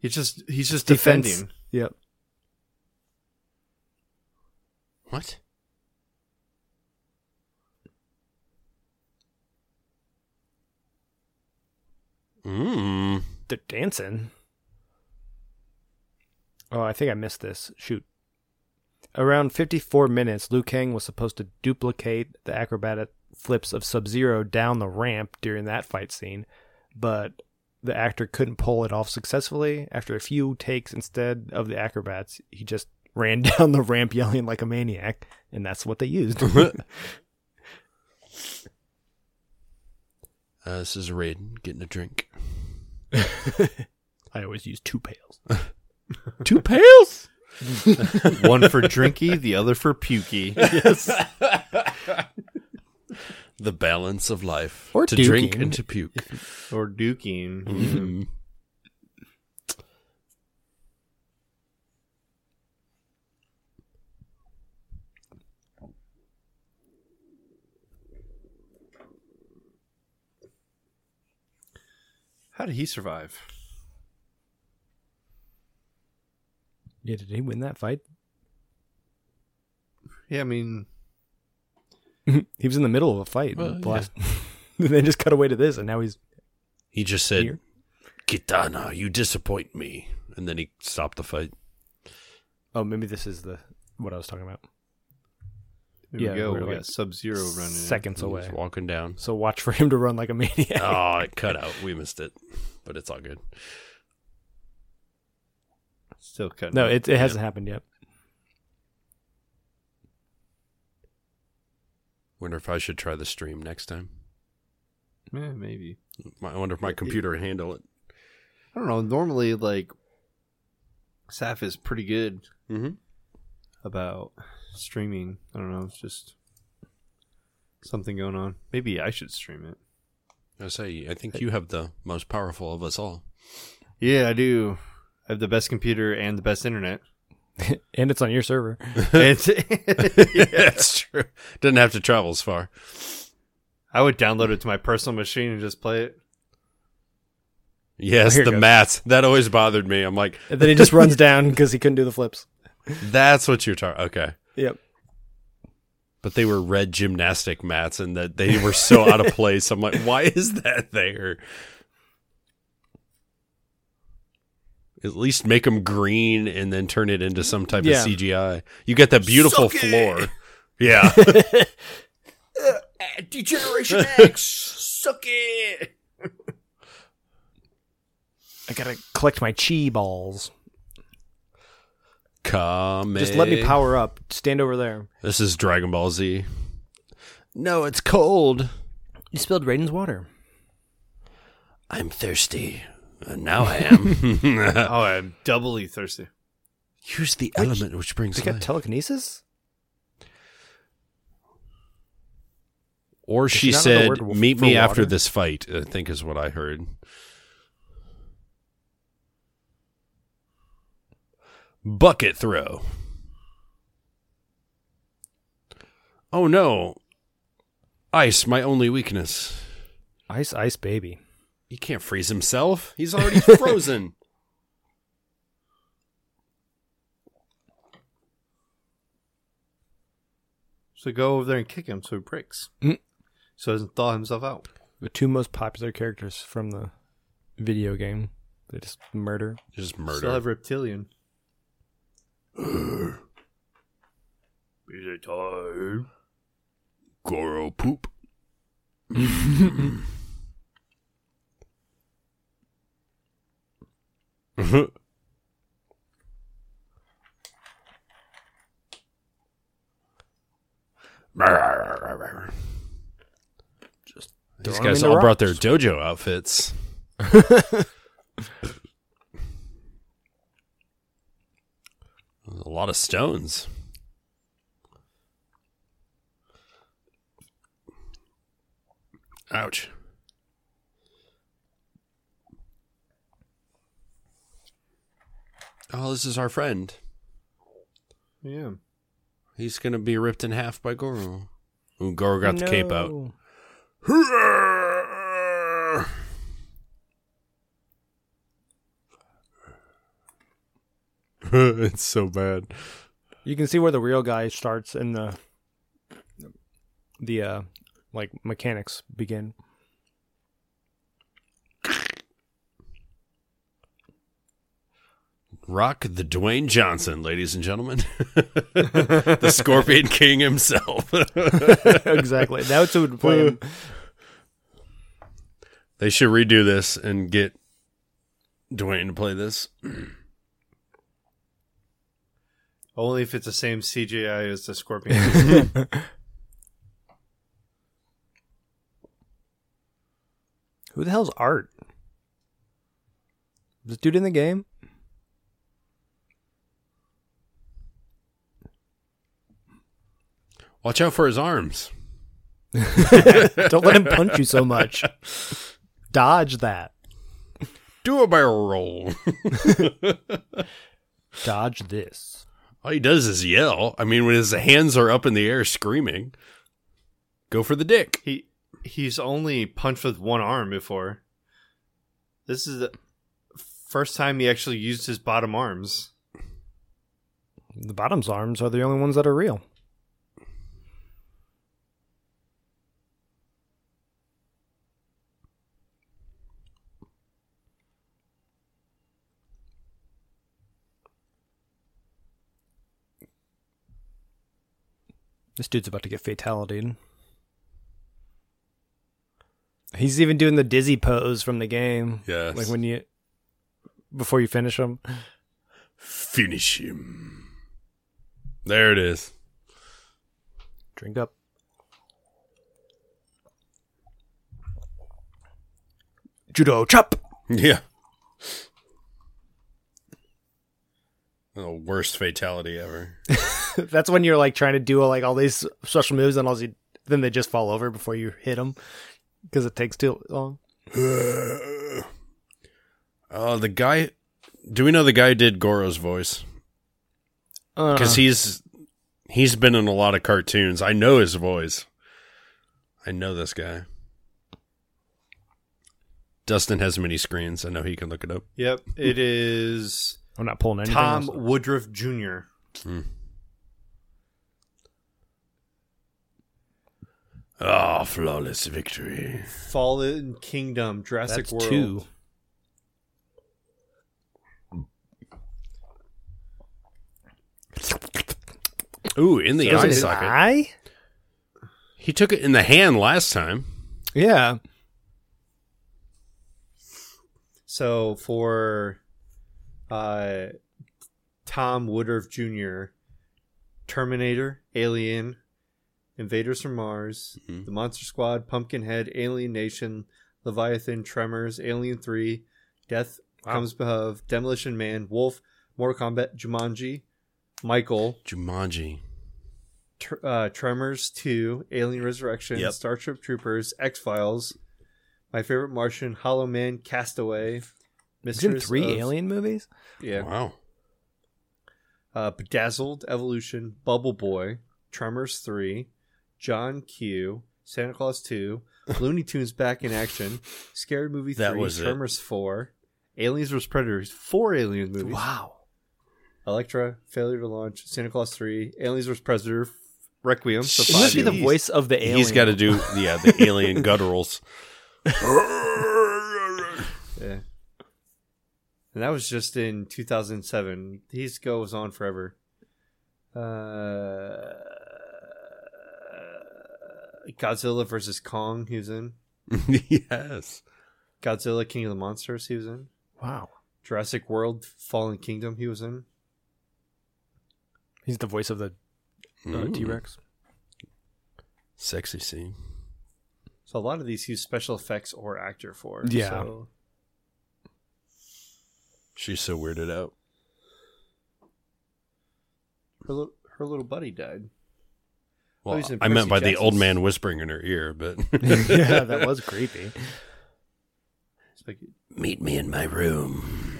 Speaker 3: he's just he's just
Speaker 2: Defense.
Speaker 3: defending.
Speaker 2: Yep.
Speaker 4: what? Mm.
Speaker 2: They're dancing. Oh, I think I missed this. Shoot. Around 54 minutes, Liu Kang was supposed to duplicate the acrobatic flips of Sub Zero down the ramp during that fight scene, but the actor couldn't pull it off successfully. After a few takes instead of the acrobats, he just ran down the ramp yelling like a maniac, and that's what they used.
Speaker 4: Uh, this is Raiden getting a drink.
Speaker 2: I always use two pails.
Speaker 4: Two pails.
Speaker 3: One for drinky, the other for pukey.
Speaker 4: The balance of life.
Speaker 2: Or
Speaker 4: to drink
Speaker 2: duking.
Speaker 4: and to puke.
Speaker 3: Or duking.
Speaker 4: Mhm.
Speaker 3: How did he survive?
Speaker 2: Yeah, did he win that fight?
Speaker 3: Yeah, I mean
Speaker 2: he was in the middle of a fight.
Speaker 4: Well,
Speaker 2: The last- they just cut away to this, and now he's
Speaker 4: He just said,
Speaker 2: Here.
Speaker 4: "Kitana, you disappoint me," and then he stopped the fight.
Speaker 2: Oh, maybe this is the what I was talking about.
Speaker 3: there
Speaker 2: Yeah,
Speaker 3: we go.
Speaker 2: we're
Speaker 3: We
Speaker 2: like
Speaker 3: got Sub Zero running. in.
Speaker 2: Seconds
Speaker 4: He was
Speaker 2: away.
Speaker 4: walking down.
Speaker 2: So watch for him to run like a maniac.
Speaker 4: oh, it cut out. We missed it, but it's all good.
Speaker 3: Still cutting.
Speaker 2: No, it, it hasn't happened yet.
Speaker 4: Wonder if I should try the stream next time.
Speaker 3: Eh, maybe.
Speaker 4: I wonder if my computer will handle it.
Speaker 3: I don't know. Normally, like, Saf is pretty good
Speaker 4: Mm-hmm.
Speaker 3: about streaming. I don't know. It's just something going on. Maybe I should stream it.
Speaker 4: I say, I think you have the most powerful of us all.
Speaker 3: Yeah, I do. I have the best computer and the best internet.
Speaker 2: and it's on your server.
Speaker 3: It's-
Speaker 4: That's true. Doesn't have to travel as far.
Speaker 3: I would download it to my personal machine and just play it.
Speaker 4: Yes,
Speaker 2: Here it
Speaker 4: the
Speaker 2: goes.
Speaker 4: math. That always bothered me. I'm like,
Speaker 2: And then he just runs down because he couldn't do the flips.
Speaker 4: that's what you're talking. Okay.
Speaker 2: Yep.
Speaker 4: But they were red gymnastic mats and that they were so out of place. I'm like, why is that there? At least make them green and then turn it into some type
Speaker 2: Yeah.
Speaker 4: of CGI. You get that beautiful
Speaker 1: Suck it.
Speaker 4: floor. Yeah.
Speaker 1: Degeneration X. Suck it.
Speaker 2: I gotta collect my chi balls.
Speaker 4: Come
Speaker 2: Just let me power up. Stand over there.
Speaker 4: This is Dragon Ball Z. No, it's cold.
Speaker 2: You spilled Raiden's water.
Speaker 4: I'm thirsty. Uh, now I am.
Speaker 3: Oh, I'm doubly thirsty.
Speaker 4: Use the element which brings
Speaker 2: They got telekinesis.
Speaker 4: or she
Speaker 2: should not know the
Speaker 4: said,
Speaker 2: word
Speaker 4: "Meet
Speaker 2: for
Speaker 4: me
Speaker 2: water."
Speaker 4: after this fight." I think is what I heard. Bucket throw. Oh no. Ice, my only weakness.
Speaker 2: Ice, ice, baby.
Speaker 4: He can't freeze himself. He's already frozen.
Speaker 3: So go over there and kick him so he breaks.
Speaker 2: Mm.
Speaker 3: So he doesn't thaw himself out.
Speaker 2: The two most popular characters from the video game. They just murder.
Speaker 4: Just murder.
Speaker 3: Still have reptilian.
Speaker 1: Is it time?
Speaker 4: Goro poop. Just These
Speaker 2: throwing 'em
Speaker 4: guys
Speaker 2: into
Speaker 4: all brought
Speaker 2: rocks.
Speaker 4: their dojo outfits. a lot of stones. Ouch. Oh, this is our friend.
Speaker 3: Yeah.
Speaker 4: He's gonna be ripped in half by Goro. Ooh, Goro got the cape out.
Speaker 2: No.
Speaker 4: it's so bad.
Speaker 2: You can see where the real guy starts and the the uh like mechanics begin.
Speaker 4: Rock the Dwayne Johnson, ladies and gentlemen. the Scorpion King himself.
Speaker 2: exactly. That's who would play him.
Speaker 4: they should redo this and get Dwayne to play this.
Speaker 3: Only if it's the same CGI as the scorpion.
Speaker 2: Who the hell's Art? This dude in the game?
Speaker 4: Watch out for his arms.
Speaker 2: Don't let him punch you so much. Dodge that.
Speaker 4: Do a barrel roll.
Speaker 2: Dodge this.
Speaker 4: All he does is yell. I mean, when his hands are up in the air screaming, go for the dick.
Speaker 3: he he's only punched with one arm before. This is the first time he actually used his bottom arms.
Speaker 2: The bottom's arms are the only ones that are real. This dude's about to get fatality. He's even doing the dizzy pose from the game.
Speaker 4: Yes.
Speaker 2: Like when you before you finish him.
Speaker 4: Finish him. There it is.
Speaker 2: Drink up. Judo chop.
Speaker 4: Yeah. The worst fatality ever.
Speaker 2: That's when you're like trying to do like all these special moves, and all you, then they just fall over before you hit them because it takes too long.
Speaker 4: Oh, Uh, the guy. Do we know the guy who did Goro's voice?
Speaker 2: Uh,
Speaker 4: Because he's he's been in a lot of cartoons. I know his voice. I know this guy. Dustin has many screens. I know he can look it up.
Speaker 3: Yep, it is
Speaker 2: I'm not pulling anything.
Speaker 3: Tom
Speaker 2: else.
Speaker 3: Woodruff Jr.
Speaker 4: Ah, flawless victory.
Speaker 3: Fallen Kingdom, Jurassic
Speaker 2: That's
Speaker 3: World.
Speaker 2: two.
Speaker 4: Ooh, in the
Speaker 2: That was
Speaker 4: eye
Speaker 2: in his
Speaker 4: socket.
Speaker 2: eye?
Speaker 4: He took it in the hand last time.
Speaker 2: Yeah.
Speaker 3: So for uh, Tom Woodruff Jr., Terminator, Alien, Invaders from Mars,
Speaker 4: Mhm.
Speaker 3: The Monster Squad, Pumpkinhead, Alien Nation, Leviathan, Tremors, Alien 3, Death
Speaker 4: Wow.
Speaker 3: Comes Above, Demolition Man, Wolf, Mortal Kombat, Jumanji, Michael,
Speaker 4: Jumanji.
Speaker 3: Tr- uh, Tremors 2, Alien Resurrection,
Speaker 4: Yep.
Speaker 3: Starship Troopers, X Files, My Favorite Martian, Hollow Man, Castaway,
Speaker 2: Is in
Speaker 3: Mistress
Speaker 2: three
Speaker 3: of-
Speaker 2: alien movies?
Speaker 3: Yeah.
Speaker 4: Wow.
Speaker 3: Uh, Bedazzled, Evolution, Bubble Boy, Tremors 3, John Q, Santa Claus 2, Looney Tunes Back in Action, Scary Movie 3,
Speaker 4: That was it.
Speaker 3: Tremors 4, Aliens vs. Predators, four Alien movies,
Speaker 2: Wow.
Speaker 3: Electra, Failure to Launch, Santa Claus 3, Aliens vs. Predator, Requiem. So
Speaker 2: It must be
Speaker 3: five
Speaker 2: the
Speaker 3: movies.
Speaker 2: voice of the alien.
Speaker 4: He's got to do yeah the alien gutturals.
Speaker 3: Yeah. And that was just in 2007. He goes on forever. Uh, Godzilla versus Kong, he was in.
Speaker 4: yes.
Speaker 3: Godzilla King of the Monsters, he was in.
Speaker 2: Wow.
Speaker 3: Jurassic World Fallen Kingdom, he was in.
Speaker 2: He's the voice of the uh,
Speaker 4: Mm.
Speaker 2: T Rex.
Speaker 4: Sexy scene.
Speaker 3: So a lot of these he's special effects or actor for.
Speaker 2: Yeah.
Speaker 3: So
Speaker 4: She's so weirded out.
Speaker 3: her, lit- her little buddy died. Oh,
Speaker 4: Well,
Speaker 3: he's in
Speaker 4: I meant
Speaker 3: Percy
Speaker 4: by the old
Speaker 3: Jackson's-
Speaker 4: man whispering in her ear, but
Speaker 2: yeah, that was creepy.
Speaker 3: It's like
Speaker 4: meet me in my room.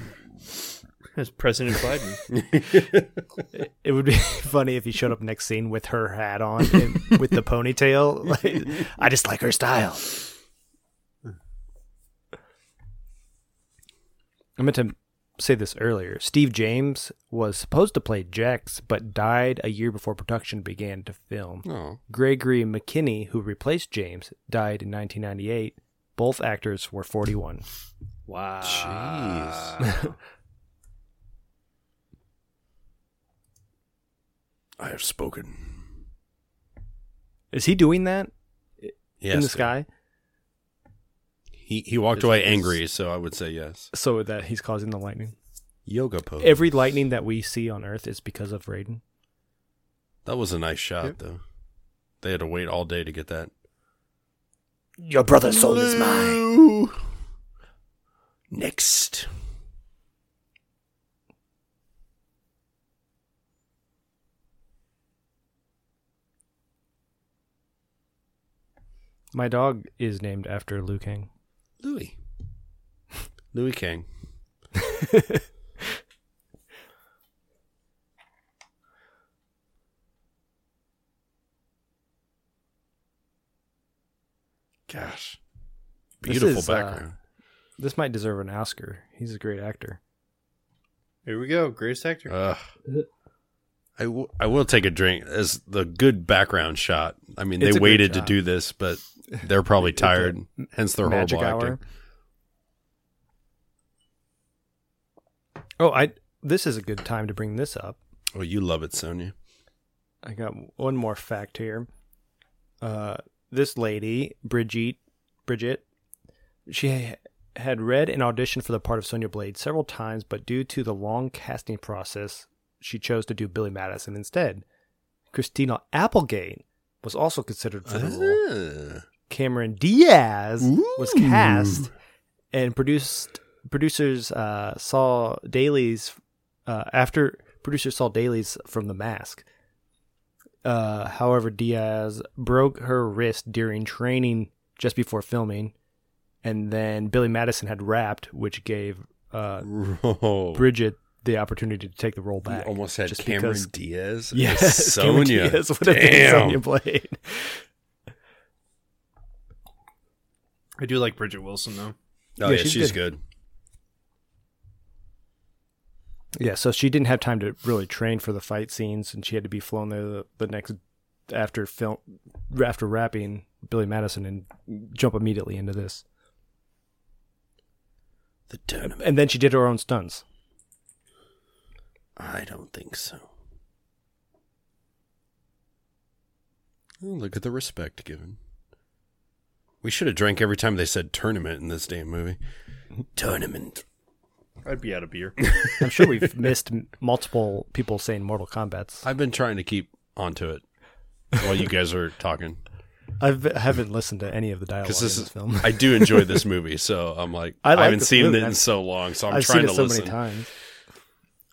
Speaker 3: it's President Biden.
Speaker 2: It, it would be funny if he showed up next scene with her hat on and with the ponytail. Like, I just like her style. I meant to say this earlier. Steve James was supposed to play Jax, but died a year before production began to film.
Speaker 4: Oh,
Speaker 2: Gregory McKinney, who replaced James, died in 1998. Both actors were 41.
Speaker 3: Wow.
Speaker 4: Jeez. I have spoken.
Speaker 2: Is he doing that
Speaker 4: Yes.
Speaker 2: in the sky?
Speaker 4: He he walked
Speaker 3: This
Speaker 4: away
Speaker 3: is-
Speaker 4: angry, so I would say yes.
Speaker 2: So that he's causing the lightning.
Speaker 4: Yoga pose.
Speaker 2: Every lightning that we see on Earth is because of Raiden.
Speaker 4: that was a nice shot,
Speaker 3: Yep.
Speaker 4: though. They had to wait all day to get that.
Speaker 1: Your brother's soul is mine.
Speaker 4: Blue. Next.
Speaker 2: My dog is named after Liu Kang.
Speaker 4: Louis. Louis King. Gosh.
Speaker 2: This
Speaker 4: Beautiful
Speaker 2: is, uh,
Speaker 4: background.
Speaker 2: This might deserve an Oscar. He's a great actor.
Speaker 3: Here we go. Greatest actor.
Speaker 4: Ugh. I, w- I will take a drink as the good background shot. I mean,
Speaker 2: It's a
Speaker 4: they
Speaker 2: good
Speaker 4: waited to
Speaker 2: shot.
Speaker 4: do this, but they're probably
Speaker 2: a
Speaker 4: tired, hence their
Speaker 2: Magic
Speaker 4: horrible
Speaker 2: Hour.
Speaker 4: acting.
Speaker 2: Oh, I. This is a good time to bring this up.
Speaker 4: Oh, you love it, Sonia.
Speaker 2: I got one more fact here. Uh, this lady, Brigitte, Bridget, she ha- had read and auditioned for the part of Sonia Blade several times, but due to the long casting process, she chose to do Billy Madison instead. Christina Applegate was also considered for the role.
Speaker 4: Ah.
Speaker 2: Cameron Diaz was
Speaker 4: Ooh.
Speaker 2: cast and produced producers uh, saw dailies uh, after producers saw dailies from the mask. Uh, however, Diaz broke her wrist during training just before filming, and then Billy Madison had rapped, which gave uh,
Speaker 4: Oh,
Speaker 2: Bridget the opportunity to take the role
Speaker 4: you
Speaker 2: back.
Speaker 4: almost had
Speaker 2: just
Speaker 4: Cameron
Speaker 2: because-
Speaker 4: Diaz.
Speaker 2: Yes, Cameron
Speaker 4: Sonia.
Speaker 2: Diaz would have been Sonya
Speaker 4: Damn.
Speaker 2: Blade.
Speaker 3: I do like Bridget Wilson though.
Speaker 4: Oh
Speaker 2: Yeah,
Speaker 4: yeah,
Speaker 2: she's
Speaker 4: she's, good.
Speaker 2: Yeah, so she didn't have time to really train for the fight scenes, and she had to be flown there the, the next after film after rapping Billy Madison and jump immediately into this.
Speaker 4: The tournament.
Speaker 2: And then she did her own stunts.
Speaker 4: I don't think so. Oh, look at the respect given. We should have drank every time they said tournament in this damn movie. Tournament.
Speaker 3: I'd be out of beer.
Speaker 2: I'm sure we've missed m- multiple people saying Mortal Kombat's.
Speaker 4: I've been trying to keep onto it while you guys are talking
Speaker 2: I've, I haven't listened to any of the dialogue
Speaker 4: because
Speaker 2: in
Speaker 4: this
Speaker 2: this
Speaker 4: is
Speaker 2: film.
Speaker 4: I do enjoy this movie, so I'm like
Speaker 2: I
Speaker 4: I,
Speaker 2: like
Speaker 4: haven't
Speaker 2: this
Speaker 4: seen
Speaker 2: movie.
Speaker 4: it in
Speaker 2: I've-
Speaker 4: so long, so I'm
Speaker 2: have
Speaker 4: trying
Speaker 2: seen it
Speaker 4: to
Speaker 2: so
Speaker 4: listen.
Speaker 2: many times.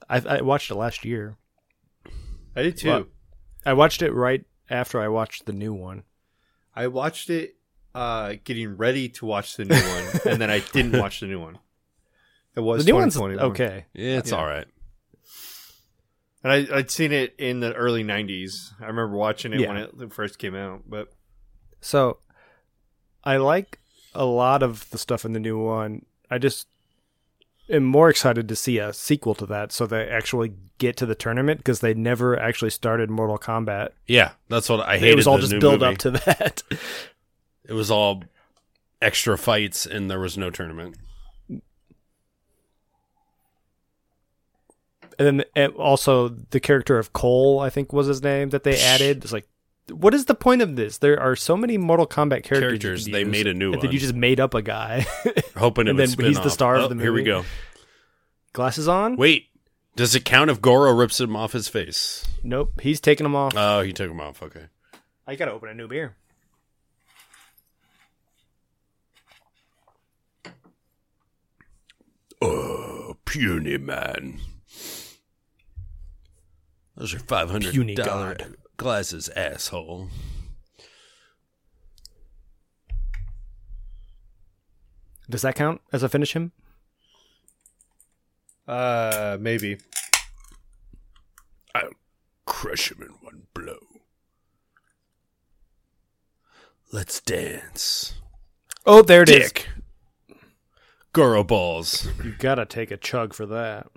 Speaker 2: I've, I watched it last year.
Speaker 3: I did too.
Speaker 2: Well- I watched it right after I watched the new one.
Speaker 3: I watched it uh, getting ready to watch the new one, and then I didn't watch the new one. It was
Speaker 4: Oh,
Speaker 2: The new one's
Speaker 3: 2021.
Speaker 2: okay.
Speaker 4: Yeah, it's
Speaker 3: Yeah.
Speaker 4: all right.
Speaker 3: and I, I'd seen it in the early '90s. I remember watching it
Speaker 2: Yeah.
Speaker 3: when it first came out, but
Speaker 2: So I like a lot of the stuff in the new one. I just am more excited to see a sequel to that so they actually get to the tournament because they never actually started Mortal Kombat.
Speaker 4: Yeah, that's what I hated.
Speaker 2: it was all
Speaker 4: the
Speaker 2: just
Speaker 4: new
Speaker 2: build
Speaker 4: movie.
Speaker 2: up to that.
Speaker 4: It was all extra fights, and there was no tournament.
Speaker 2: and then and also the character of Cole, I think was his name that they added. It's like what is the point of this? There are so many Mortal Kombat characters. you
Speaker 4: Characters,
Speaker 2: could
Speaker 4: they
Speaker 2: use,
Speaker 4: made a new
Speaker 2: and Then
Speaker 4: one.
Speaker 2: you just made up a guy.
Speaker 4: Hoping it
Speaker 2: And
Speaker 4: would
Speaker 2: then
Speaker 4: spin
Speaker 2: he's the
Speaker 4: off.
Speaker 2: star of
Speaker 4: Oh,
Speaker 2: the
Speaker 4: Here we
Speaker 2: movie.
Speaker 4: go.
Speaker 2: Glasses on?
Speaker 4: Wait, does it count if Goro rips him off his face?
Speaker 2: Nope. He's taking them off.
Speaker 4: Oh, he took him off. Okay.
Speaker 2: I gotta open a new beer.
Speaker 4: Oh, puny man. Those are five hundred
Speaker 2: Puny god.
Speaker 4: glasses, asshole.
Speaker 2: Does that count as I finish him?
Speaker 3: uh, maybe
Speaker 4: I'll crush him in one blow. Let's dance.
Speaker 2: Oh, there it is.
Speaker 4: Dick. Goro balls.
Speaker 2: You gotta take a chug for that.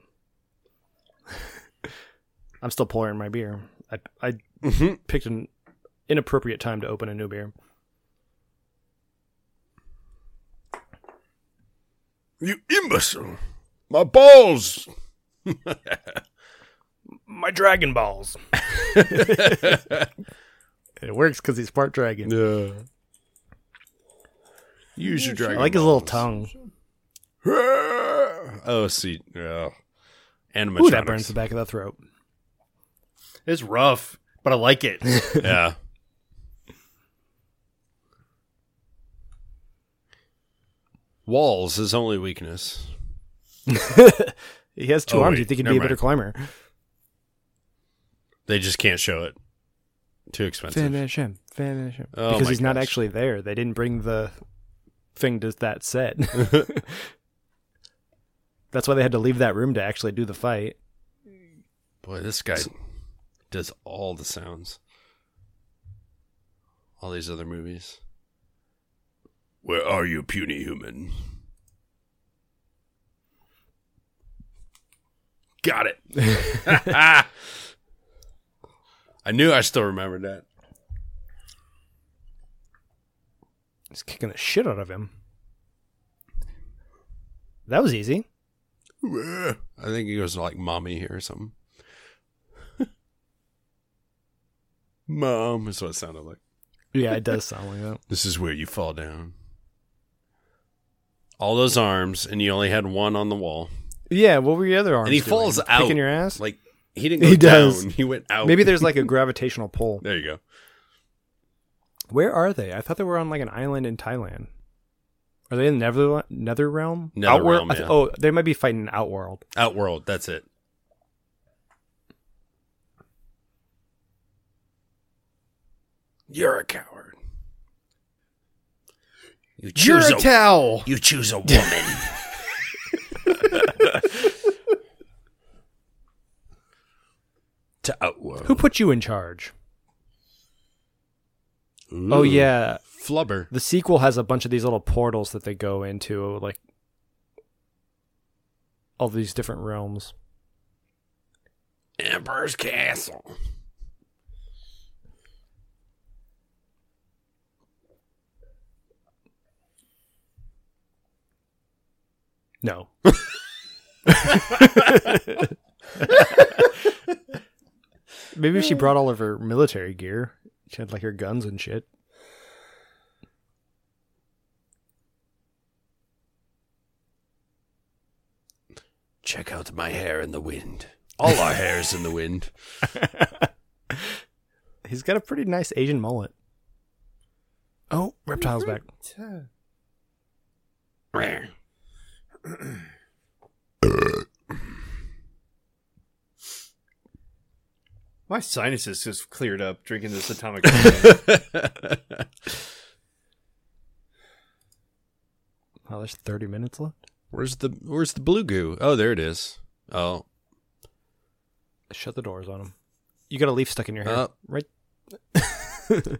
Speaker 2: I'm still pouring my beer. I I
Speaker 4: Mhm.
Speaker 2: picked an inappropriate time to open a new beer.
Speaker 4: You imbecile. My balls.
Speaker 2: My Dragon Balls. It works because he's part dragon.
Speaker 4: Yeah. Use your
Speaker 2: I
Speaker 4: dragon.
Speaker 2: like his little tongue.
Speaker 4: Oh, see, yeah. Animatronics.
Speaker 2: Ooh, that burns the back of the throat.
Speaker 3: it's rough, but I like it.
Speaker 4: yeah. Walls is only weakness.
Speaker 2: He has two
Speaker 4: Oh,
Speaker 2: arms.
Speaker 4: wait,
Speaker 2: you think he'd
Speaker 4: never
Speaker 2: be a better climber?
Speaker 4: mind. They just can't show it. Too expensive.
Speaker 2: Finish him. Finish him.
Speaker 4: Oh
Speaker 2: because
Speaker 4: my
Speaker 2: he's not
Speaker 4: gosh.
Speaker 2: actually there. They didn't bring the thing to that set. That's why they had to leave that room to actually do the fight.
Speaker 4: Boy, this guy does all the sounds. All these other movies. Where are you, puny human? Got it. I knew I still remembered that.
Speaker 2: He's kicking the shit out of him. That was easy.
Speaker 4: I think he goes like mommy here or something. Mom is what it sounded like.
Speaker 2: Yeah, it does sound like that.
Speaker 4: This is where you fall down. All those arms, and you only had one on the wall.
Speaker 2: Yeah, what were your other arms?
Speaker 4: and he
Speaker 2: doing?
Speaker 4: falls out.
Speaker 2: Kicking your ass?
Speaker 4: Like, he didn't go
Speaker 2: He
Speaker 4: down.
Speaker 2: does.
Speaker 4: He went out.
Speaker 2: Maybe there's like a gravitational pull.
Speaker 4: There you go.
Speaker 2: Where are they? I thought they were on like an island in Thailand. Are they in the Nether Nether Realm?
Speaker 4: Netherrealm,
Speaker 2: I th-
Speaker 4: yeah.
Speaker 2: Oh, they might be fighting an Outworld.
Speaker 4: Outworld, that's it. You're a coward. You
Speaker 3: You're
Speaker 4: choose
Speaker 3: a towel.
Speaker 4: you choose a woman. to Outworld.
Speaker 2: Who put you in charge? Oh yeah,
Speaker 4: Flubber.
Speaker 2: the sequel has a bunch of these little portals that they go into, like all these different realms.
Speaker 4: Emperor's Castle.
Speaker 2: No, maybe if she brought all of her military gear. She had like her guns and shit.
Speaker 4: Check out my hair in the wind. All our hairs in the wind.
Speaker 2: He's got a pretty nice Asian mullet. Oh, reptiles back.
Speaker 3: My sinuses just cleared up drinking this atomic.
Speaker 2: Oh, there's 30 minutes left.
Speaker 4: where's the Where's the blue goo? Oh, there it is. Oh,
Speaker 2: Shut the doors on him. You got a leaf stuck in your hair.
Speaker 4: Uh.
Speaker 2: right.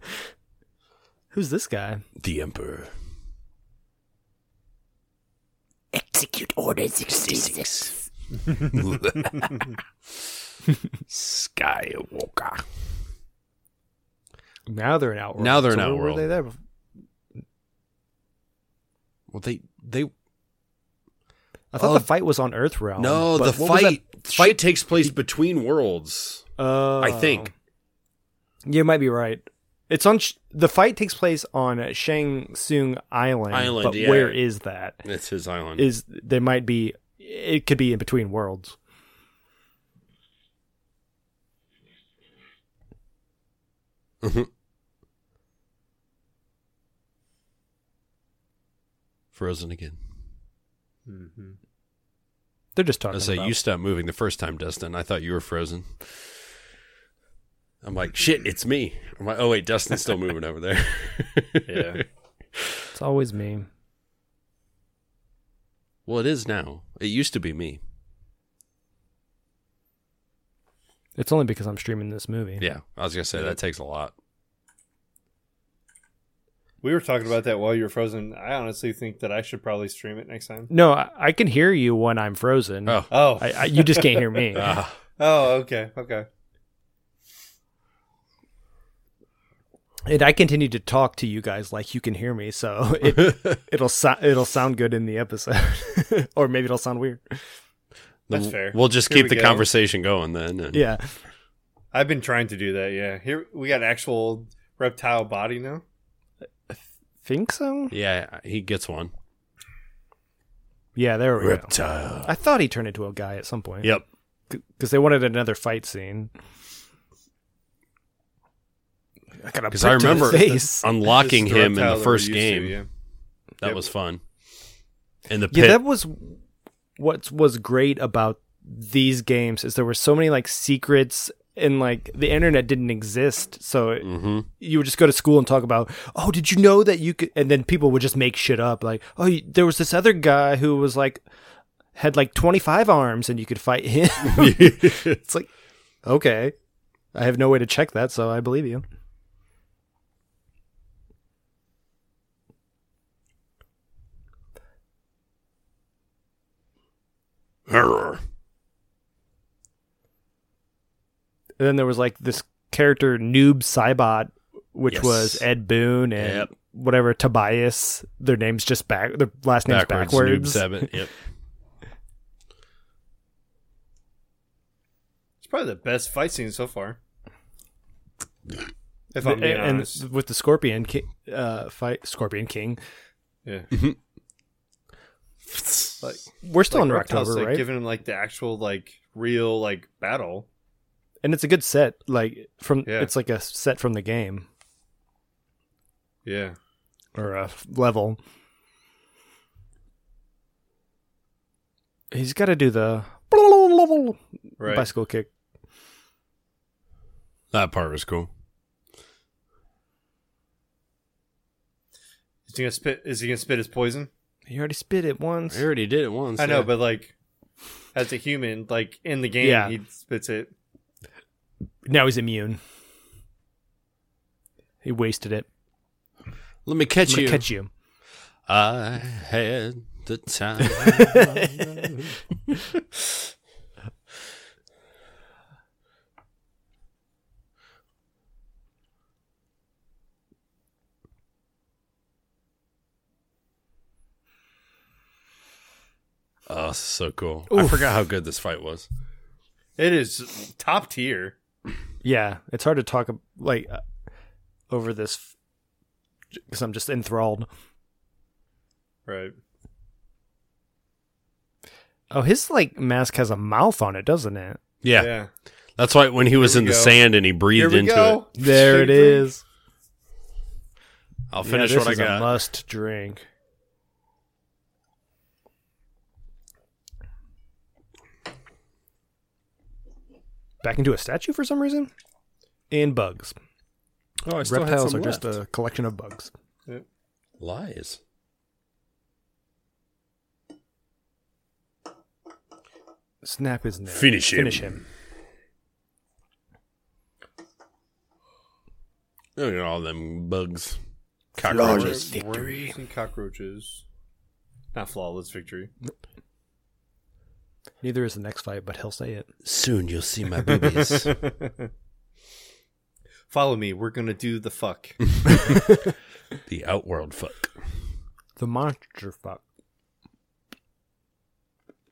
Speaker 2: Who's this guy?
Speaker 4: the Emperor.
Speaker 5: Execute Order 66.
Speaker 4: Skywalker.
Speaker 2: Now they're in Outworld.
Speaker 4: Now they're in
Speaker 2: so where
Speaker 4: Outworld.
Speaker 2: Were they there? bef-
Speaker 4: Well, they they
Speaker 2: I thought
Speaker 4: Oh.
Speaker 2: the fight was on Earth realm.
Speaker 4: no
Speaker 2: but
Speaker 4: the
Speaker 2: what was that-
Speaker 4: fight fight takes place between worlds.
Speaker 2: Oh.
Speaker 4: I think.
Speaker 2: You might be right. It's on Sh- the fight takes place on Shang Tsung Island.
Speaker 4: Island,
Speaker 2: but
Speaker 4: yeah.
Speaker 2: where is that?
Speaker 4: It's his island.
Speaker 2: Is there might be it could be in between worlds.
Speaker 4: Frozen again.
Speaker 3: Mhm.
Speaker 2: They're just
Speaker 4: I
Speaker 2: talking
Speaker 4: say
Speaker 2: about.
Speaker 4: you stopped moving the first time, Dustin. I thought you were frozen. I'm like, shit, it's me. I'm like, oh wait, Dustin's still moving over there.
Speaker 3: Yeah.
Speaker 2: it's always me.
Speaker 4: Well, it is now. It used to be me.
Speaker 2: It's only because I'm streaming this movie.
Speaker 4: Yeah, I was gonna say that takes a lot.
Speaker 3: We were talking about that while you were frozen. I honestly think that I should probably stream it next time.
Speaker 2: No, I, I can hear you when I'm frozen.
Speaker 4: Oh,
Speaker 3: Oh,
Speaker 2: I, I, you just can't hear me.
Speaker 4: Ah.
Speaker 3: oh, okay, okay.
Speaker 2: and I continue to talk to you guys like you can hear me, so it, it'll so- it'll sound good in the episode, or maybe it'll sound weird.
Speaker 3: That's
Speaker 4: We'll-
Speaker 3: fair.
Speaker 4: We'll just
Speaker 3: Here
Speaker 4: keep
Speaker 3: we
Speaker 4: the
Speaker 3: go.
Speaker 4: conversation going then. and-
Speaker 2: Yeah,
Speaker 3: I've been trying to do that. Yeah, here we got an actual reptile body now.
Speaker 2: think so.
Speaker 4: yeah, he gets one.
Speaker 2: Yeah, there we go.
Speaker 4: Reptile.
Speaker 2: I thought he turned into a guy at some point.
Speaker 4: Yep.
Speaker 2: because they wanted another fight scene. I got a
Speaker 4: Because I
Speaker 2: prick to the
Speaker 4: remember
Speaker 2: face.
Speaker 4: unlocking
Speaker 3: This is
Speaker 4: him in
Speaker 3: reptile
Speaker 4: the
Speaker 3: that we're
Speaker 4: first
Speaker 3: used to,
Speaker 4: game.
Speaker 3: yeah.
Speaker 4: That
Speaker 3: Yep.
Speaker 4: was fun. In the
Speaker 2: Yeah,
Speaker 4: pit.
Speaker 2: that was what was great about these games is there were so many like secrets and like the internet didn't exist, so it,
Speaker 4: mm-hmm.
Speaker 2: you would just go to school and talk about, oh, did you know that you could? And then people would just make shit up, like, oh, you, there was this other guy who was like had like twenty five arms and you could fight him. it's like, okay, I have no way to check that, so I believe you. And then there was like this character Noob Saibot, which
Speaker 4: Yes.
Speaker 2: was Ed Boone and
Speaker 4: Yep.
Speaker 2: whatever Tobias. Their names just back their last names
Speaker 4: Backwards. Noob
Speaker 2: backwards.
Speaker 4: Seven. Yep.
Speaker 3: It's probably the best fight scene so far. If
Speaker 2: The-
Speaker 3: I'm being
Speaker 2: and
Speaker 3: honest,
Speaker 2: with the Scorpion King uh, fight, Scorpion King.
Speaker 3: yeah. Like,
Speaker 2: We're still
Speaker 3: like
Speaker 2: in
Speaker 3: reptiles,
Speaker 2: Rocktober,
Speaker 3: like,
Speaker 2: right?
Speaker 3: Giving him like the actual like real like battle.
Speaker 2: and it's a good set. Like from
Speaker 3: Yeah.
Speaker 2: it's like a set from the game
Speaker 3: Yeah.
Speaker 2: or a f- level. He's got to do the
Speaker 3: Right.
Speaker 2: bicycle kick.
Speaker 4: That part was cool.
Speaker 3: Is he gonna spit? Is he gonna spit his poison?
Speaker 2: He already spit it once.
Speaker 4: I already did it once.
Speaker 3: I know,
Speaker 4: yeah.
Speaker 3: but like, as a human, like in the game,
Speaker 2: Yeah.
Speaker 3: he spits it.
Speaker 2: Now he's immune. He wasted it.
Speaker 4: let me catch
Speaker 2: I'm gonna
Speaker 4: you.
Speaker 2: catch you.
Speaker 4: I had the time. oh, so cool! I forgot how good this fight was.
Speaker 3: It is top tier.
Speaker 2: Yeah, it's hard to talk ab- like uh, over this because I'm just enthralled.
Speaker 3: Right.
Speaker 2: Oh, his like mask has a mouth on it, doesn't it?
Speaker 4: Yeah,
Speaker 3: Yeah.
Speaker 4: that's why when he was
Speaker 3: Here
Speaker 4: in
Speaker 3: we
Speaker 4: the
Speaker 3: go.
Speaker 4: sand and he
Speaker 3: Here
Speaker 4: breathed
Speaker 3: we
Speaker 4: into
Speaker 3: go.
Speaker 4: it.
Speaker 2: There it
Speaker 3: Straight through.
Speaker 2: is.
Speaker 4: I'll finish
Speaker 2: yeah, this
Speaker 4: what I
Speaker 2: is
Speaker 4: got.
Speaker 2: A must drink. Back into a statue for some reason. And bugs.
Speaker 4: oh, I
Speaker 2: Reptiles are just a collection of bugs.
Speaker 4: lies.
Speaker 2: Snap his neck.
Speaker 4: Finish him.
Speaker 2: Finish him.
Speaker 4: Look at all them bugs, Oh,
Speaker 5: Flawless
Speaker 4: cockroaches.
Speaker 5: victory.
Speaker 3: Worms and cockroaches. Not flawless victory.
Speaker 2: Neither is the next fight, but he'll say it.
Speaker 4: Soon you'll see my boobies.
Speaker 3: Follow me. We're gonna do the fuck.
Speaker 4: the outworld fuck.
Speaker 2: The monster fuck.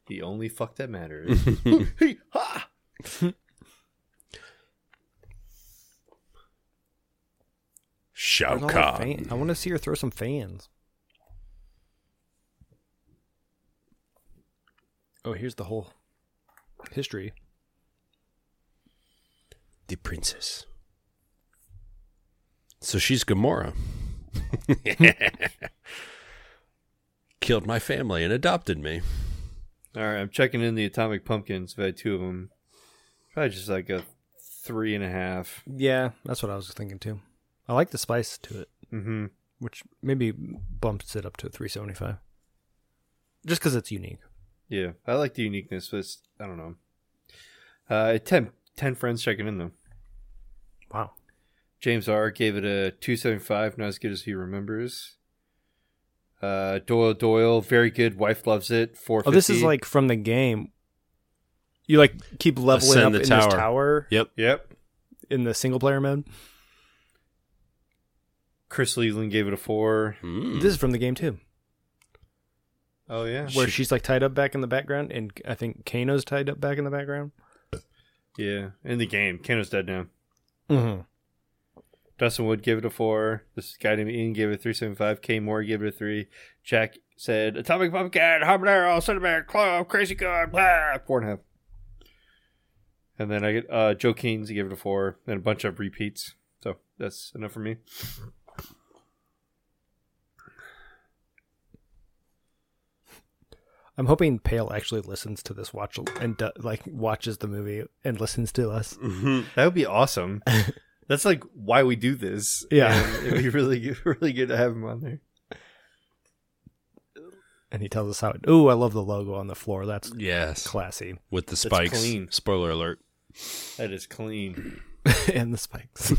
Speaker 3: the only fuck that matters. Hee ha!
Speaker 4: Shao
Speaker 2: Where's all the
Speaker 4: Kahn.
Speaker 2: fan- I want to see her throw some fans. Oh, here's the whole history.
Speaker 4: The princess. So she's Gamora. Killed my family and adopted me.
Speaker 3: All right, I'm checking in the atomic pumpkins. I've had two of them. Probably just like a three and a half.
Speaker 2: Yeah, that's what I was thinking too. I like the spice to it,
Speaker 3: Mm-hmm.
Speaker 2: which maybe bumps it up to 375. Just because it's unique.
Speaker 3: Yeah, I like the uniqueness, but it's, I don't know. Uh, ten, 10 friends checking in though.
Speaker 2: Wow.
Speaker 3: James R gave it a 275, not as good as he remembers. Uh, Doyle Doyle, very good. Wife loves it. Four.
Speaker 2: Oh, this is like from the game. You like keep leveling
Speaker 4: Ascend
Speaker 2: up
Speaker 4: the
Speaker 2: in
Speaker 4: tower.
Speaker 2: this tower
Speaker 4: Yep.
Speaker 3: Yep.
Speaker 2: in the single player mode.
Speaker 3: Chris Leland gave it a four.
Speaker 4: Mm.
Speaker 2: This is from the game too,
Speaker 3: Oh yeah.
Speaker 2: where she's like tied up back in the background, and I think Kano's tied up back in the background.
Speaker 3: Yeah. In the game, Kano's dead now.
Speaker 2: Mm-hmm.
Speaker 3: Dustin Wood gave it a four. This guy named Ian gave it a three seven five. K Moore gave it a three. Jack said Atomic Pumpkin, Habanero, Cinnamon, Clove, Crazy God, blah, four and a half. And then I get uh, Joe Keynes gave it a four, and a bunch of repeats. So that's enough for me.
Speaker 2: I'm hoping Pale actually listens to this watch and do, like watches the movie and listens to us.
Speaker 4: Mm-hmm.
Speaker 3: That would be awesome. that's like why we do this.
Speaker 2: Yeah.
Speaker 3: And it'd be really good, really good to have him on there.
Speaker 2: And he tells us how. It, Ooh, I love the logo on the floor. That's
Speaker 4: Yes.
Speaker 2: classy.
Speaker 4: With the spikes.
Speaker 3: clean.
Speaker 4: Spoiler alert.
Speaker 3: That is clean.
Speaker 2: and the spikes.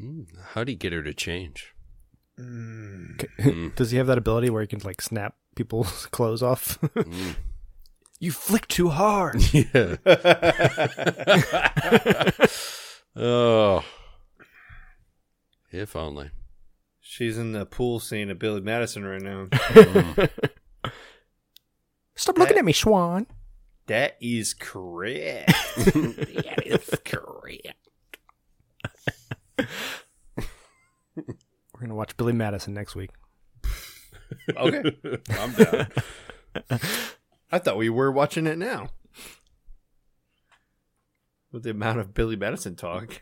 Speaker 4: Mm. How'd he get her to change?
Speaker 2: Does he have that ability where he can like snap people's clothes off?
Speaker 4: Mm.
Speaker 2: you flick too hard.
Speaker 4: yeah. oh. If only.
Speaker 3: She's in the pool scene of Billy Madison right now.
Speaker 4: Mm.
Speaker 2: Stop looking at me, Schwan.
Speaker 3: that is correct.
Speaker 5: That is correct.
Speaker 2: We're gonna watch Billy Madison next week.
Speaker 3: Okay.
Speaker 4: I'm down.
Speaker 3: I thought we were watching it now. With the amount of Billy Madison talk.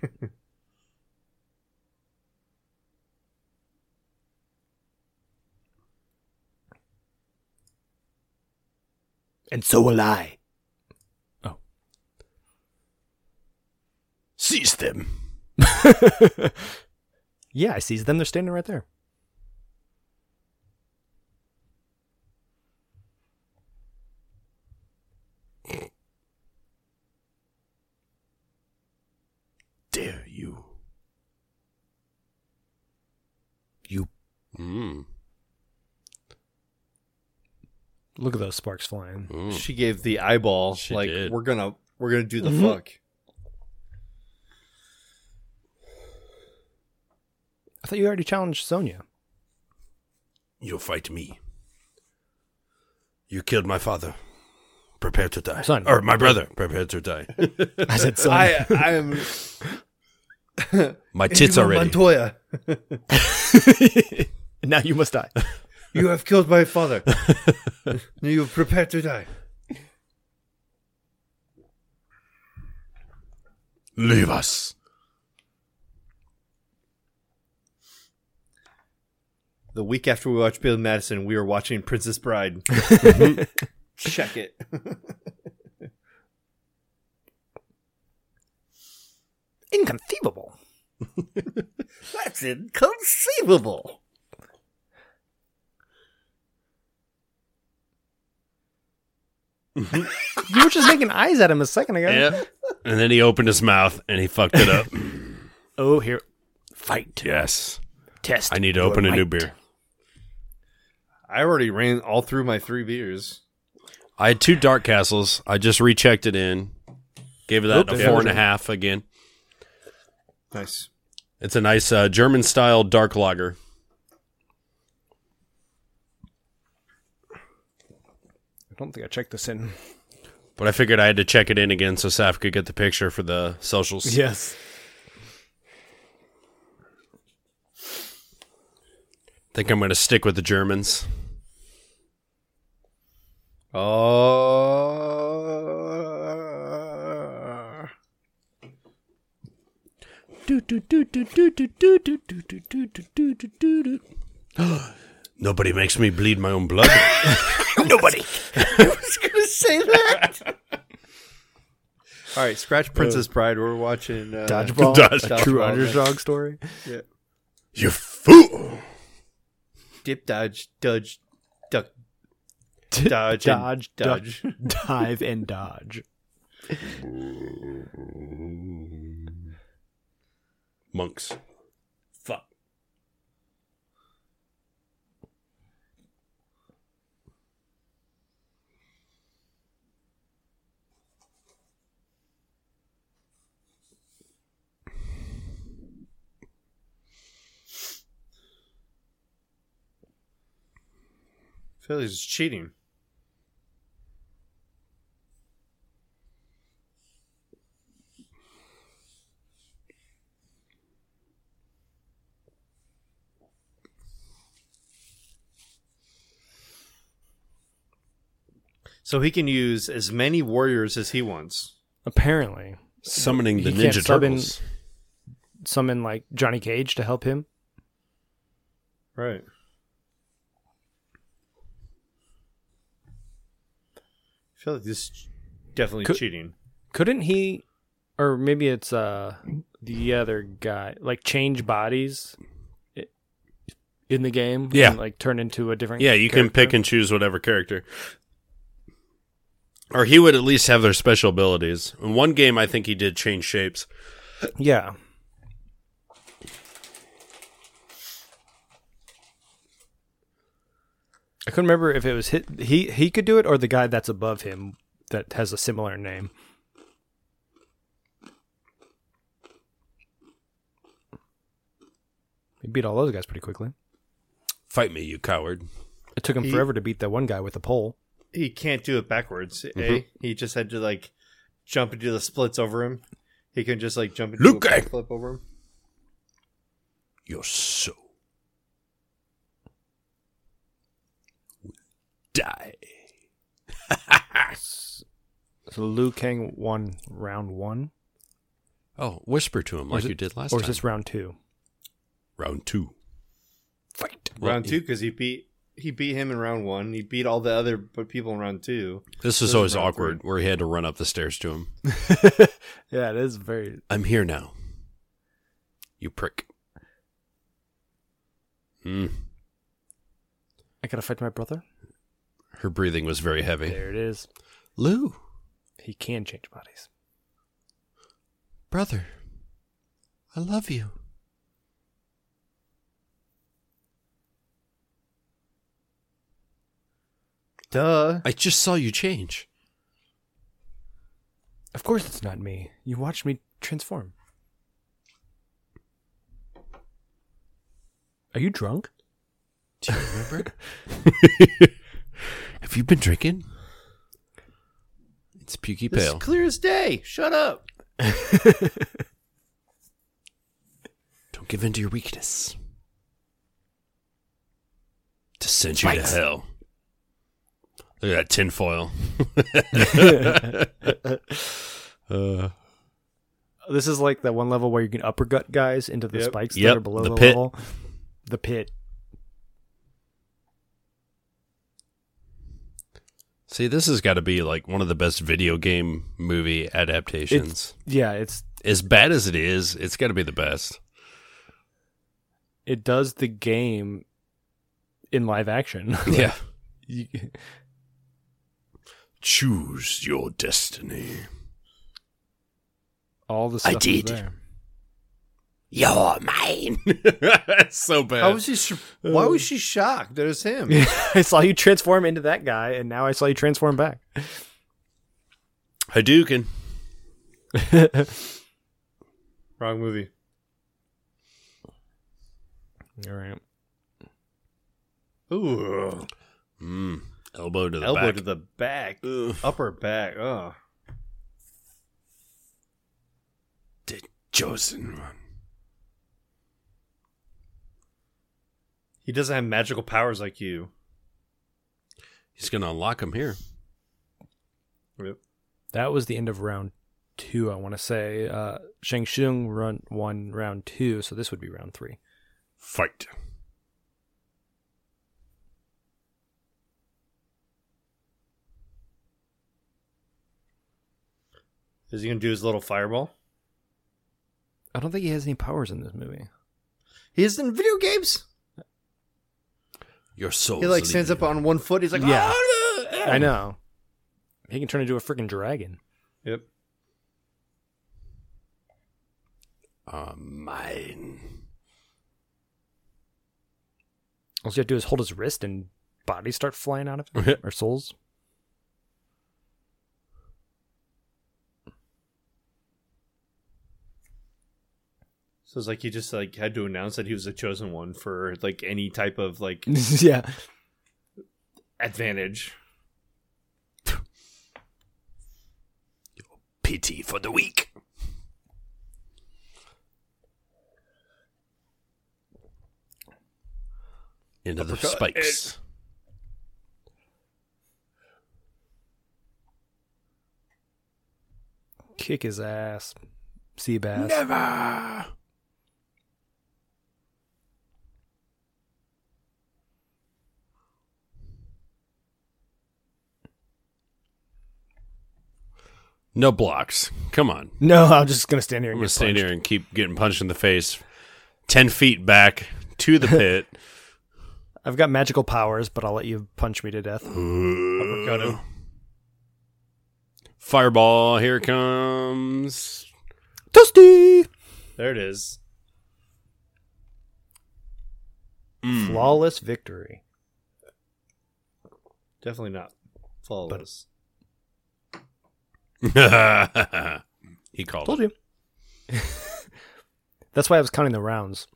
Speaker 2: And so will I.
Speaker 4: Seize them.
Speaker 2: Yeah, I sees them. They're standing right there.
Speaker 4: Dare you.
Speaker 2: You-
Speaker 4: Mm.
Speaker 2: Look at those sparks flying.
Speaker 4: Mm.
Speaker 3: She gave the eyeball
Speaker 4: She
Speaker 3: like
Speaker 4: did.
Speaker 3: we're gonna we're gonna do the
Speaker 2: Mhm.
Speaker 3: fuck.
Speaker 2: I thought you already challenged Sonya.
Speaker 1: You'll fight me. You killed my father. Prepare to die.
Speaker 2: Son.
Speaker 1: Or my brother. Prepare to die.
Speaker 2: I said Sonya.
Speaker 3: I I am
Speaker 1: My tits
Speaker 3: Inigo
Speaker 1: already.
Speaker 3: Montoya.
Speaker 2: now you must die.
Speaker 3: You have killed my father. you prepare to die.
Speaker 1: Leave us.
Speaker 3: The week after we watched Bill Madison, we were watching Princess Bride. Check it.
Speaker 2: Inconceivable.
Speaker 3: That's inconceivable.
Speaker 2: You were just making eyes at him a second ago.
Speaker 4: Yeah. And then he opened his mouth and he fucked it up.
Speaker 2: Oh, here.
Speaker 1: Fight. Yes.
Speaker 5: Test.
Speaker 4: I need to open a new
Speaker 5: might.
Speaker 4: beer.
Speaker 3: I already ran all through my three beers.
Speaker 4: I had two dark castles. I just rechecked it in. Gave it that
Speaker 2: Oop,
Speaker 4: a
Speaker 2: there
Speaker 4: four
Speaker 2: it
Speaker 4: and a half again.
Speaker 3: Nice.
Speaker 4: It's a nice uh, German style dark lager.
Speaker 2: I don't think I checked this in.
Speaker 4: But I figured I had to check it in again so Saf could get the picture for the socials.
Speaker 2: Yes.
Speaker 4: think I'm going to stick with the Germans.
Speaker 3: Oh.
Speaker 1: Nobody makes me bleed my own blood.
Speaker 5: Nobody.
Speaker 3: All right, scratch Princess Bride. We're watching uh,
Speaker 2: Dodgeball.
Speaker 4: Dodgeball.
Speaker 2: A true
Speaker 3: Dodgeball.
Speaker 2: underdog story.
Speaker 1: you fool.
Speaker 3: Dip, dodge, dodge, duck, dodge, and
Speaker 2: Dodge,
Speaker 3: dodge.
Speaker 2: Dive and dodge.
Speaker 4: Monks. Fuck.
Speaker 3: Phillies is cheating. So he can use as many warriors as he wants.
Speaker 2: Apparently,
Speaker 4: Summoning the
Speaker 2: You can't
Speaker 4: Ninja
Speaker 2: sub in-
Speaker 4: Turtles.
Speaker 2: summon like Johnny Cage to help him.
Speaker 3: Right. I feel like this is definitely
Speaker 2: Could-
Speaker 3: cheating.
Speaker 2: Couldn't he, or maybe it's uh the other guy, like change bodies i- in the game?
Speaker 4: Yeah.
Speaker 2: and, like turn into a different.
Speaker 4: Yeah, you can pick and choose whatever character. Or he would at least have their special abilities. In one game, I think he did change shapes.
Speaker 2: pick. Yeah, I couldn't remember if it was hit. He he could do it, or the guy that's above him that has a similar name. He beat all those guys pretty quickly.
Speaker 4: Fight me, you coward.
Speaker 2: It took him
Speaker 3: He-
Speaker 2: forever to beat that one guy with the pole.
Speaker 3: He can't do it backwards. Eh? He just had to like jump into the splits over him. He can just like jump into
Speaker 1: Luke!
Speaker 3: a backflip over him.
Speaker 1: You're so. Die.
Speaker 2: So Liu Kang won round one,
Speaker 4: Oh, whisper to him
Speaker 2: Or is
Speaker 4: like
Speaker 2: it-
Speaker 4: you did last
Speaker 2: or
Speaker 4: time.
Speaker 2: is this round two?
Speaker 1: Round two.
Speaker 5: Fight.
Speaker 4: Well,
Speaker 3: Round two because he beat he beat him in round one. He beat all the other p- people in round two.
Speaker 4: This was
Speaker 3: Those are
Speaker 4: always
Speaker 3: round
Speaker 4: awkward where he had to run up the stairs to him.
Speaker 2: yeah, it is very.
Speaker 4: I'm here now. You prick. Mm,
Speaker 2: I gotta fight my brother.
Speaker 4: her breathing was very heavy.
Speaker 2: There it is.
Speaker 4: Lou,
Speaker 2: He can change bodies.
Speaker 4: brother, I love you.
Speaker 3: Duh.
Speaker 4: I just saw you change.
Speaker 2: Of course, it's not me. You watched me transform. Are you drunk?
Speaker 4: Do you remember? Have you been drinking? It's Pukey
Speaker 3: This is
Speaker 4: Pale.
Speaker 3: clear as day. Shut up.
Speaker 4: Don't give in to your weakness. To send you to hell. Look at that tinfoil. uh,
Speaker 2: This is like that one level where you can uppercut guys into the
Speaker 3: Yep.
Speaker 2: spikes
Speaker 4: Yep,
Speaker 2: that are below
Speaker 4: the
Speaker 2: the,
Speaker 4: pit.
Speaker 2: level. The pit.
Speaker 4: see, this has got to be like one of the best video game movie adaptations.
Speaker 2: Yeah, it's
Speaker 4: as bad as it is, it's got to be the best.
Speaker 2: it does the game in live action.
Speaker 4: yeah.
Speaker 2: You-
Speaker 4: Choose your destiny.
Speaker 2: all the
Speaker 4: I
Speaker 2: stuff. is
Speaker 4: did.
Speaker 2: there.
Speaker 4: You're mine. That's so bad.
Speaker 3: How was he? Sh- why was she shocked that it's him?
Speaker 2: I saw you transform into that guy, and now I saw you transform back.
Speaker 4: Hadouken.
Speaker 3: Wrong movie.
Speaker 2: All right.
Speaker 3: Ooh,
Speaker 4: Mm. Elbow to the
Speaker 3: elbow
Speaker 4: back.
Speaker 3: to the back,
Speaker 4: Ugh.
Speaker 3: upper back. Oh,
Speaker 4: The chosen one.
Speaker 3: he doesn't have magical powers like you.
Speaker 4: He's gonna unlock him here.
Speaker 3: Yep.
Speaker 2: That was the end of round two, I want to say. Uh, Shang Tsung run one round two, so this would be round three.
Speaker 4: Fight.
Speaker 3: Is he gonna do his little fireball?
Speaker 2: I don't think he has any powers in this movie.
Speaker 3: He's in video games.
Speaker 4: Your
Speaker 1: Oh,
Speaker 4: soul.
Speaker 3: He like stands up on one foot. He's like,
Speaker 2: Yeah.
Speaker 3: "Ah!"
Speaker 2: I know. He can turn into a freaking dragon.
Speaker 3: Yep.
Speaker 4: Uh, mine.
Speaker 2: All you have to do is hold his wrist and bodies start flying out of him, or souls.
Speaker 3: So it's like he just like had to announce that he was the chosen one for like any type of like
Speaker 2: yeah.
Speaker 3: advantage.
Speaker 4: Pity for the weak. Into the spikes.
Speaker 2: Kick his ass. Sea bass.
Speaker 4: Never. No blocks. Come on.
Speaker 2: No, I'm just gonna stand here
Speaker 4: I'm
Speaker 2: and
Speaker 4: gonna
Speaker 2: get
Speaker 4: stand
Speaker 2: punched.
Speaker 4: here and keep getting punched in the face, ten feet back to the pit.
Speaker 2: I've got magical powers, but I'll let you punch me to death.
Speaker 3: Uppercut him.
Speaker 4: Fireball, here it comes.
Speaker 2: Dusty.
Speaker 3: There it is.
Speaker 4: Mm.
Speaker 2: Flawless victory.
Speaker 3: Definitely not flawless.
Speaker 4: he called.
Speaker 2: Told
Speaker 4: it.
Speaker 2: you. That's why I was counting the rounds.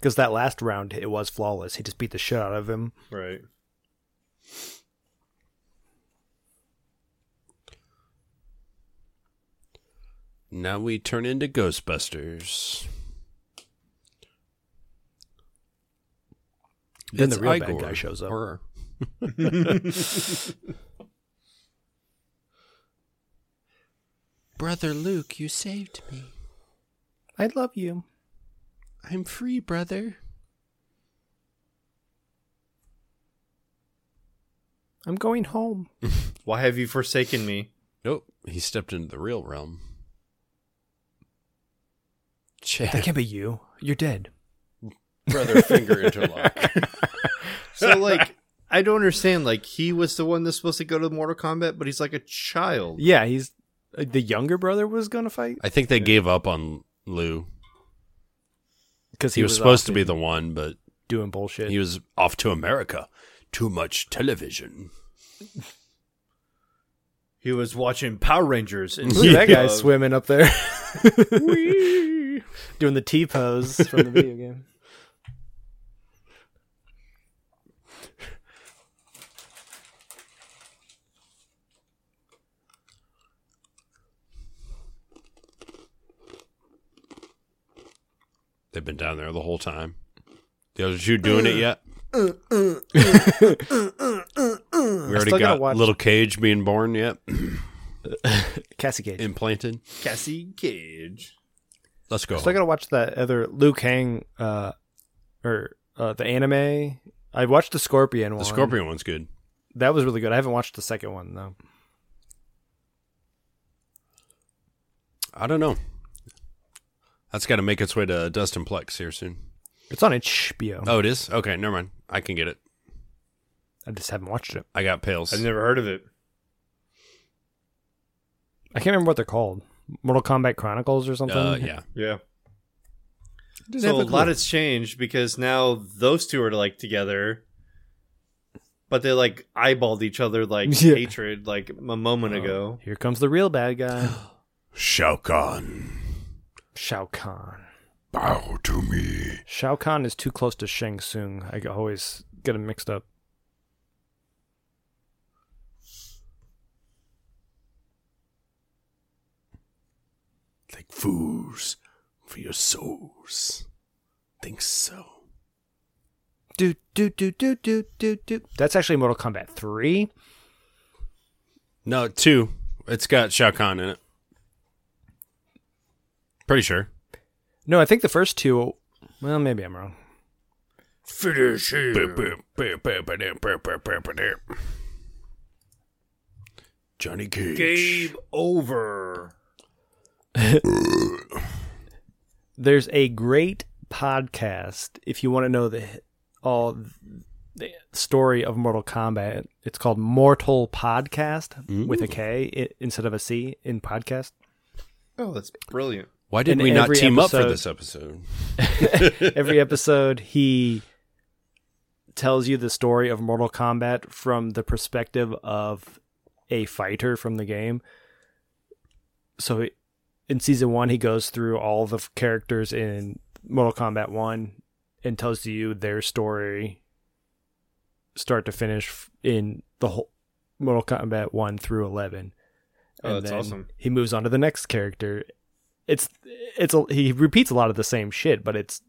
Speaker 2: Because that last round, it was flawless. He just beat the shit out of him.
Speaker 3: Right.
Speaker 4: Now we turn into Ghostbusters.
Speaker 2: Then
Speaker 4: It's
Speaker 2: the real bad
Speaker 4: Igor.
Speaker 2: guy shows up.
Speaker 4: Horror. Brother Luke, you saved me.
Speaker 2: I love you.
Speaker 4: I'm free, brother.
Speaker 2: I'm going home.
Speaker 3: Why have you forsaken me?
Speaker 4: Nope. He stepped into the real realm.
Speaker 2: That
Speaker 4: Chad,
Speaker 2: can't be you. You're dead.
Speaker 4: brother, finger interlock.
Speaker 3: So like I don't understand. Like he was the one that's supposed to go to Mortal Kombat, but he's like a child.
Speaker 2: Yeah, he's uh, the younger brother was gonna fight
Speaker 4: I think they gave up on Lou.
Speaker 2: because
Speaker 4: He, was, supposed to be the one, but
Speaker 2: doing bullshit.
Speaker 4: he was off to America. Too much television.
Speaker 3: He was watching Power Rangers and
Speaker 2: Look at that guy
Speaker 3: Uh,
Speaker 2: swimming up there, doing the T pose from the video game.
Speaker 4: They've been down there the whole time. The other two doing it yet? we already
Speaker 2: still gotta
Speaker 4: got
Speaker 2: watch-
Speaker 4: little cage being born yet,
Speaker 2: Cassie Cage.
Speaker 4: implanted.
Speaker 3: Cassie Cage.
Speaker 4: Let's go.
Speaker 2: So I
Speaker 4: home.
Speaker 2: gotta watch that other Liu Kang, uh, or uh, the anime. I watched the Scorpion one.
Speaker 4: The scorpion one's good.
Speaker 2: that was really good. I haven't watched the second one though.
Speaker 4: I don't know. That's got to make its way to Dustin Plex here soon.
Speaker 2: It's on HBO.
Speaker 4: Oh, it is? Okay, never mind. I can get it.
Speaker 2: I just haven't watched it.
Speaker 4: I got pails.
Speaker 3: I've never heard of it.
Speaker 2: I can't remember what they're called. Mortal Kombat Chronicles or something.
Speaker 4: Uh, yeah.
Speaker 3: Yeah.
Speaker 2: Didn't
Speaker 3: So
Speaker 2: have
Speaker 3: a
Speaker 2: clue.
Speaker 3: lot has changed because now those two are like together, but they like eyeballed each other like
Speaker 2: Yeah.
Speaker 3: hatred like a
Speaker 1: Oh.
Speaker 3: moment ago.
Speaker 2: Oh, Here comes the real bad guy,
Speaker 4: Shao Kahn,
Speaker 2: Shao Kahn.
Speaker 4: bow to me.
Speaker 2: Shao Kahn is too close to Shang Tsung. I always get him mixed up.
Speaker 4: Like fools for your souls. Think so.
Speaker 2: Do do do do do do do. That's actually Mortal Kombat three.
Speaker 4: No, two. It's got Shao Kahn in it. Pretty sure.
Speaker 2: No, I think the first two. Well, maybe I'm wrong.
Speaker 1: Finish him.
Speaker 4: Johnny Cage.
Speaker 1: Game over.
Speaker 2: There's a great podcast if you want to know the all the story of Mortal Kombat. It's called Mortal Podcast with a K i- instead of a C in podcast.
Speaker 3: Oh, that's brilliant.
Speaker 4: Why did
Speaker 2: In
Speaker 4: we not
Speaker 2: every
Speaker 4: team up for
Speaker 2: episode-
Speaker 4: this episode?
Speaker 2: Every episode he tells you the story of Mortal Kombat from the perspective of a fighter from the game. So he- in season 1 he goes through all the f- characters in Mortal Kombat 1 and tells you their story start to finish f- in the whole Mortal Kombat 1 through 11.
Speaker 3: Oh,
Speaker 2: And
Speaker 3: that's
Speaker 2: then
Speaker 3: awesome.
Speaker 2: He moves on to the next character. It's it's a, he repeats a lot of the same shit, but it's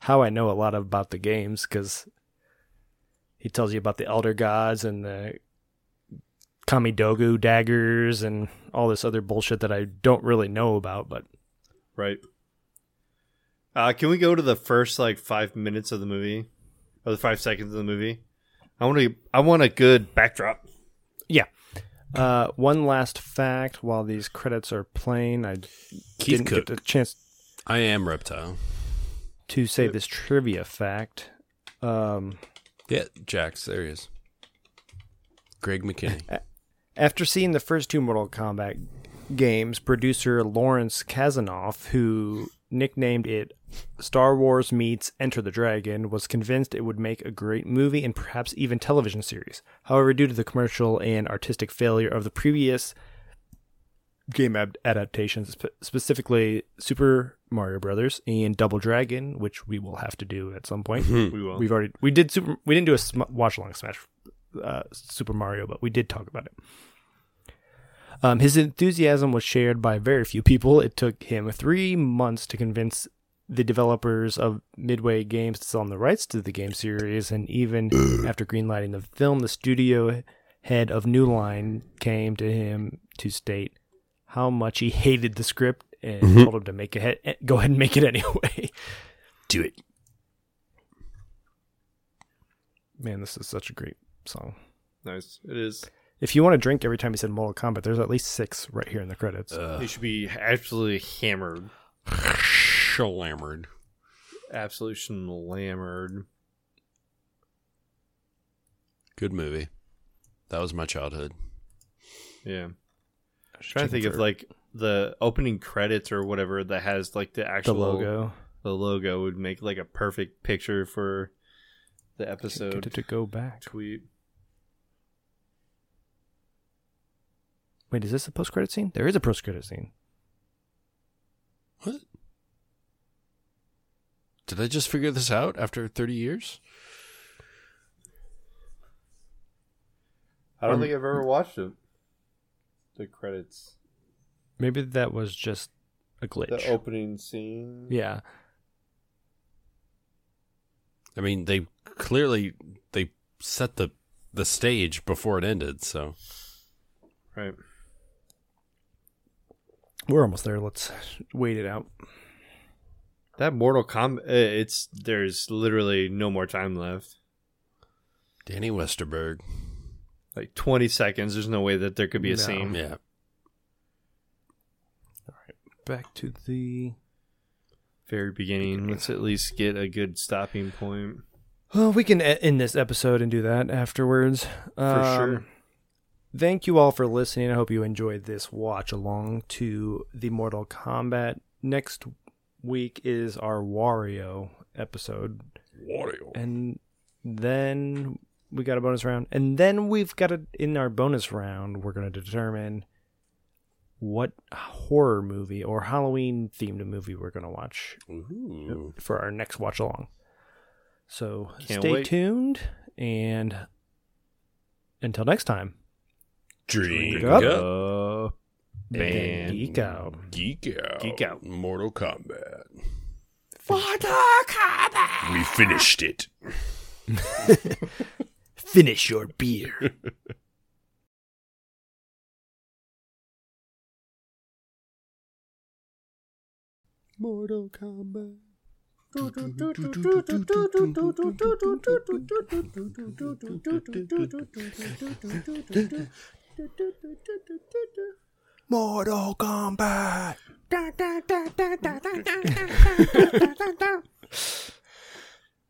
Speaker 2: how I know a lot about the games cuz he tells you about the elder gods and the Kamidogu daggers and all this other bullshit that I don't really know about, but
Speaker 3: Right. Uh, can we go to the first like five minutes of the movie, or the five seconds of the movie? I want to. I want a good backdrop.
Speaker 2: Uh, one last fact while these credits are playing, I
Speaker 4: Keith
Speaker 2: didn't
Speaker 4: Cook.
Speaker 2: get the chance
Speaker 4: I am Reptile.
Speaker 2: to say this trivia fact. Um,
Speaker 4: Yeah, Jax. There he is. Greg McKinney.
Speaker 2: after seeing the first two Mortal Kombat games, producer Lawrence Kazanoff, who nicknamed it Star Wars meets Enter the Dragon, was convinced it would make a great movie and perhaps even television series. However, due to the commercial and artistic failure of the previous game ad- adaptations, spe- specifically Super Mario Brothers and Double Dragon, which we will have to do at some point.
Speaker 1: Hmm.
Speaker 3: We will.
Speaker 2: We've already we did super we didn't do a sm- watch along Smash uh, Super Mario, but we did talk about it. Um, his enthusiasm was shared by very few people. It took him three months to convince the developers of Midway Games to sell him the rights to the game series, and even after greenlighting the film, the studio head of New Line came to him to state how much he hated the script and told him to make it eh, go ahead and make it anyway.
Speaker 4: Do it.
Speaker 2: Man, this is such a great song.
Speaker 3: Nice. It is.
Speaker 2: If you want to drink every time he said Mortal Kombat, there's at least six right here in the credits.
Speaker 3: He should be absolutely hammered.
Speaker 4: Shlammered.
Speaker 3: Absolutely slammered.
Speaker 4: Good movie. That was my childhood.
Speaker 3: Yeah. trying to think of like the opening credits or whatever that has like the
Speaker 2: the
Speaker 3: actual
Speaker 2: logo.
Speaker 3: The logo would make like a perfect picture for the
Speaker 2: To,
Speaker 3: episode
Speaker 2: to- to go back.
Speaker 3: tweet.
Speaker 2: Wait, is this a post credit scene? There is a post credit scene.
Speaker 4: What? Did I just figure this out after 30 years?
Speaker 3: I don't think I've ever watched it. The credits,
Speaker 2: Maybe that was just a glitch.
Speaker 3: opening scene.
Speaker 2: yeah.
Speaker 4: I mean, they clearly they set the the stage before it ended, so
Speaker 3: Right.
Speaker 2: We're almost there. Let's wait it out.
Speaker 3: That Mortal Kombat. It's there's literally no more time left.
Speaker 4: Danny Westerberg.
Speaker 3: Like 20 seconds. There's no way that there could be a
Speaker 2: No.
Speaker 3: scene.
Speaker 4: Yeah.
Speaker 2: Back to the.
Speaker 3: Very beginning. Let's at least get a good stopping point
Speaker 2: Well, we can e- end this episode and do that afterwards. Um,
Speaker 3: for sure.
Speaker 2: Thank you all for listening. I hope you enjoyed this watch along to the Mortal Kombat. Next week is our Wario episode.
Speaker 4: Wario.
Speaker 2: And then we got a bonus round. And then we've got a, in our bonus round, we're going to determine what horror movie or Halloween themed movie we're going to watch
Speaker 4: Ooh.
Speaker 2: for our next watch along. So
Speaker 3: Can't
Speaker 2: stay
Speaker 3: wait.
Speaker 2: tuned. And until next time,
Speaker 4: Drink,
Speaker 2: up.
Speaker 4: up.
Speaker 3: Uh,
Speaker 2: and geek out.
Speaker 4: Geek out.
Speaker 3: Geek out.
Speaker 4: Mortal Kombat. Mortal Kombat. We finished it.
Speaker 2: Finish your beer.
Speaker 4: Mortal Kombat.
Speaker 1: Mortal Kombat.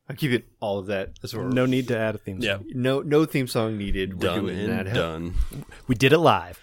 Speaker 3: I'm keeping all of that. That's what we're-
Speaker 2: No need to add a theme song.
Speaker 4: Yep.
Speaker 3: no no theme song needed. We're
Speaker 4: Done
Speaker 3: doing
Speaker 4: and
Speaker 3: that.
Speaker 4: done.
Speaker 2: We did it live.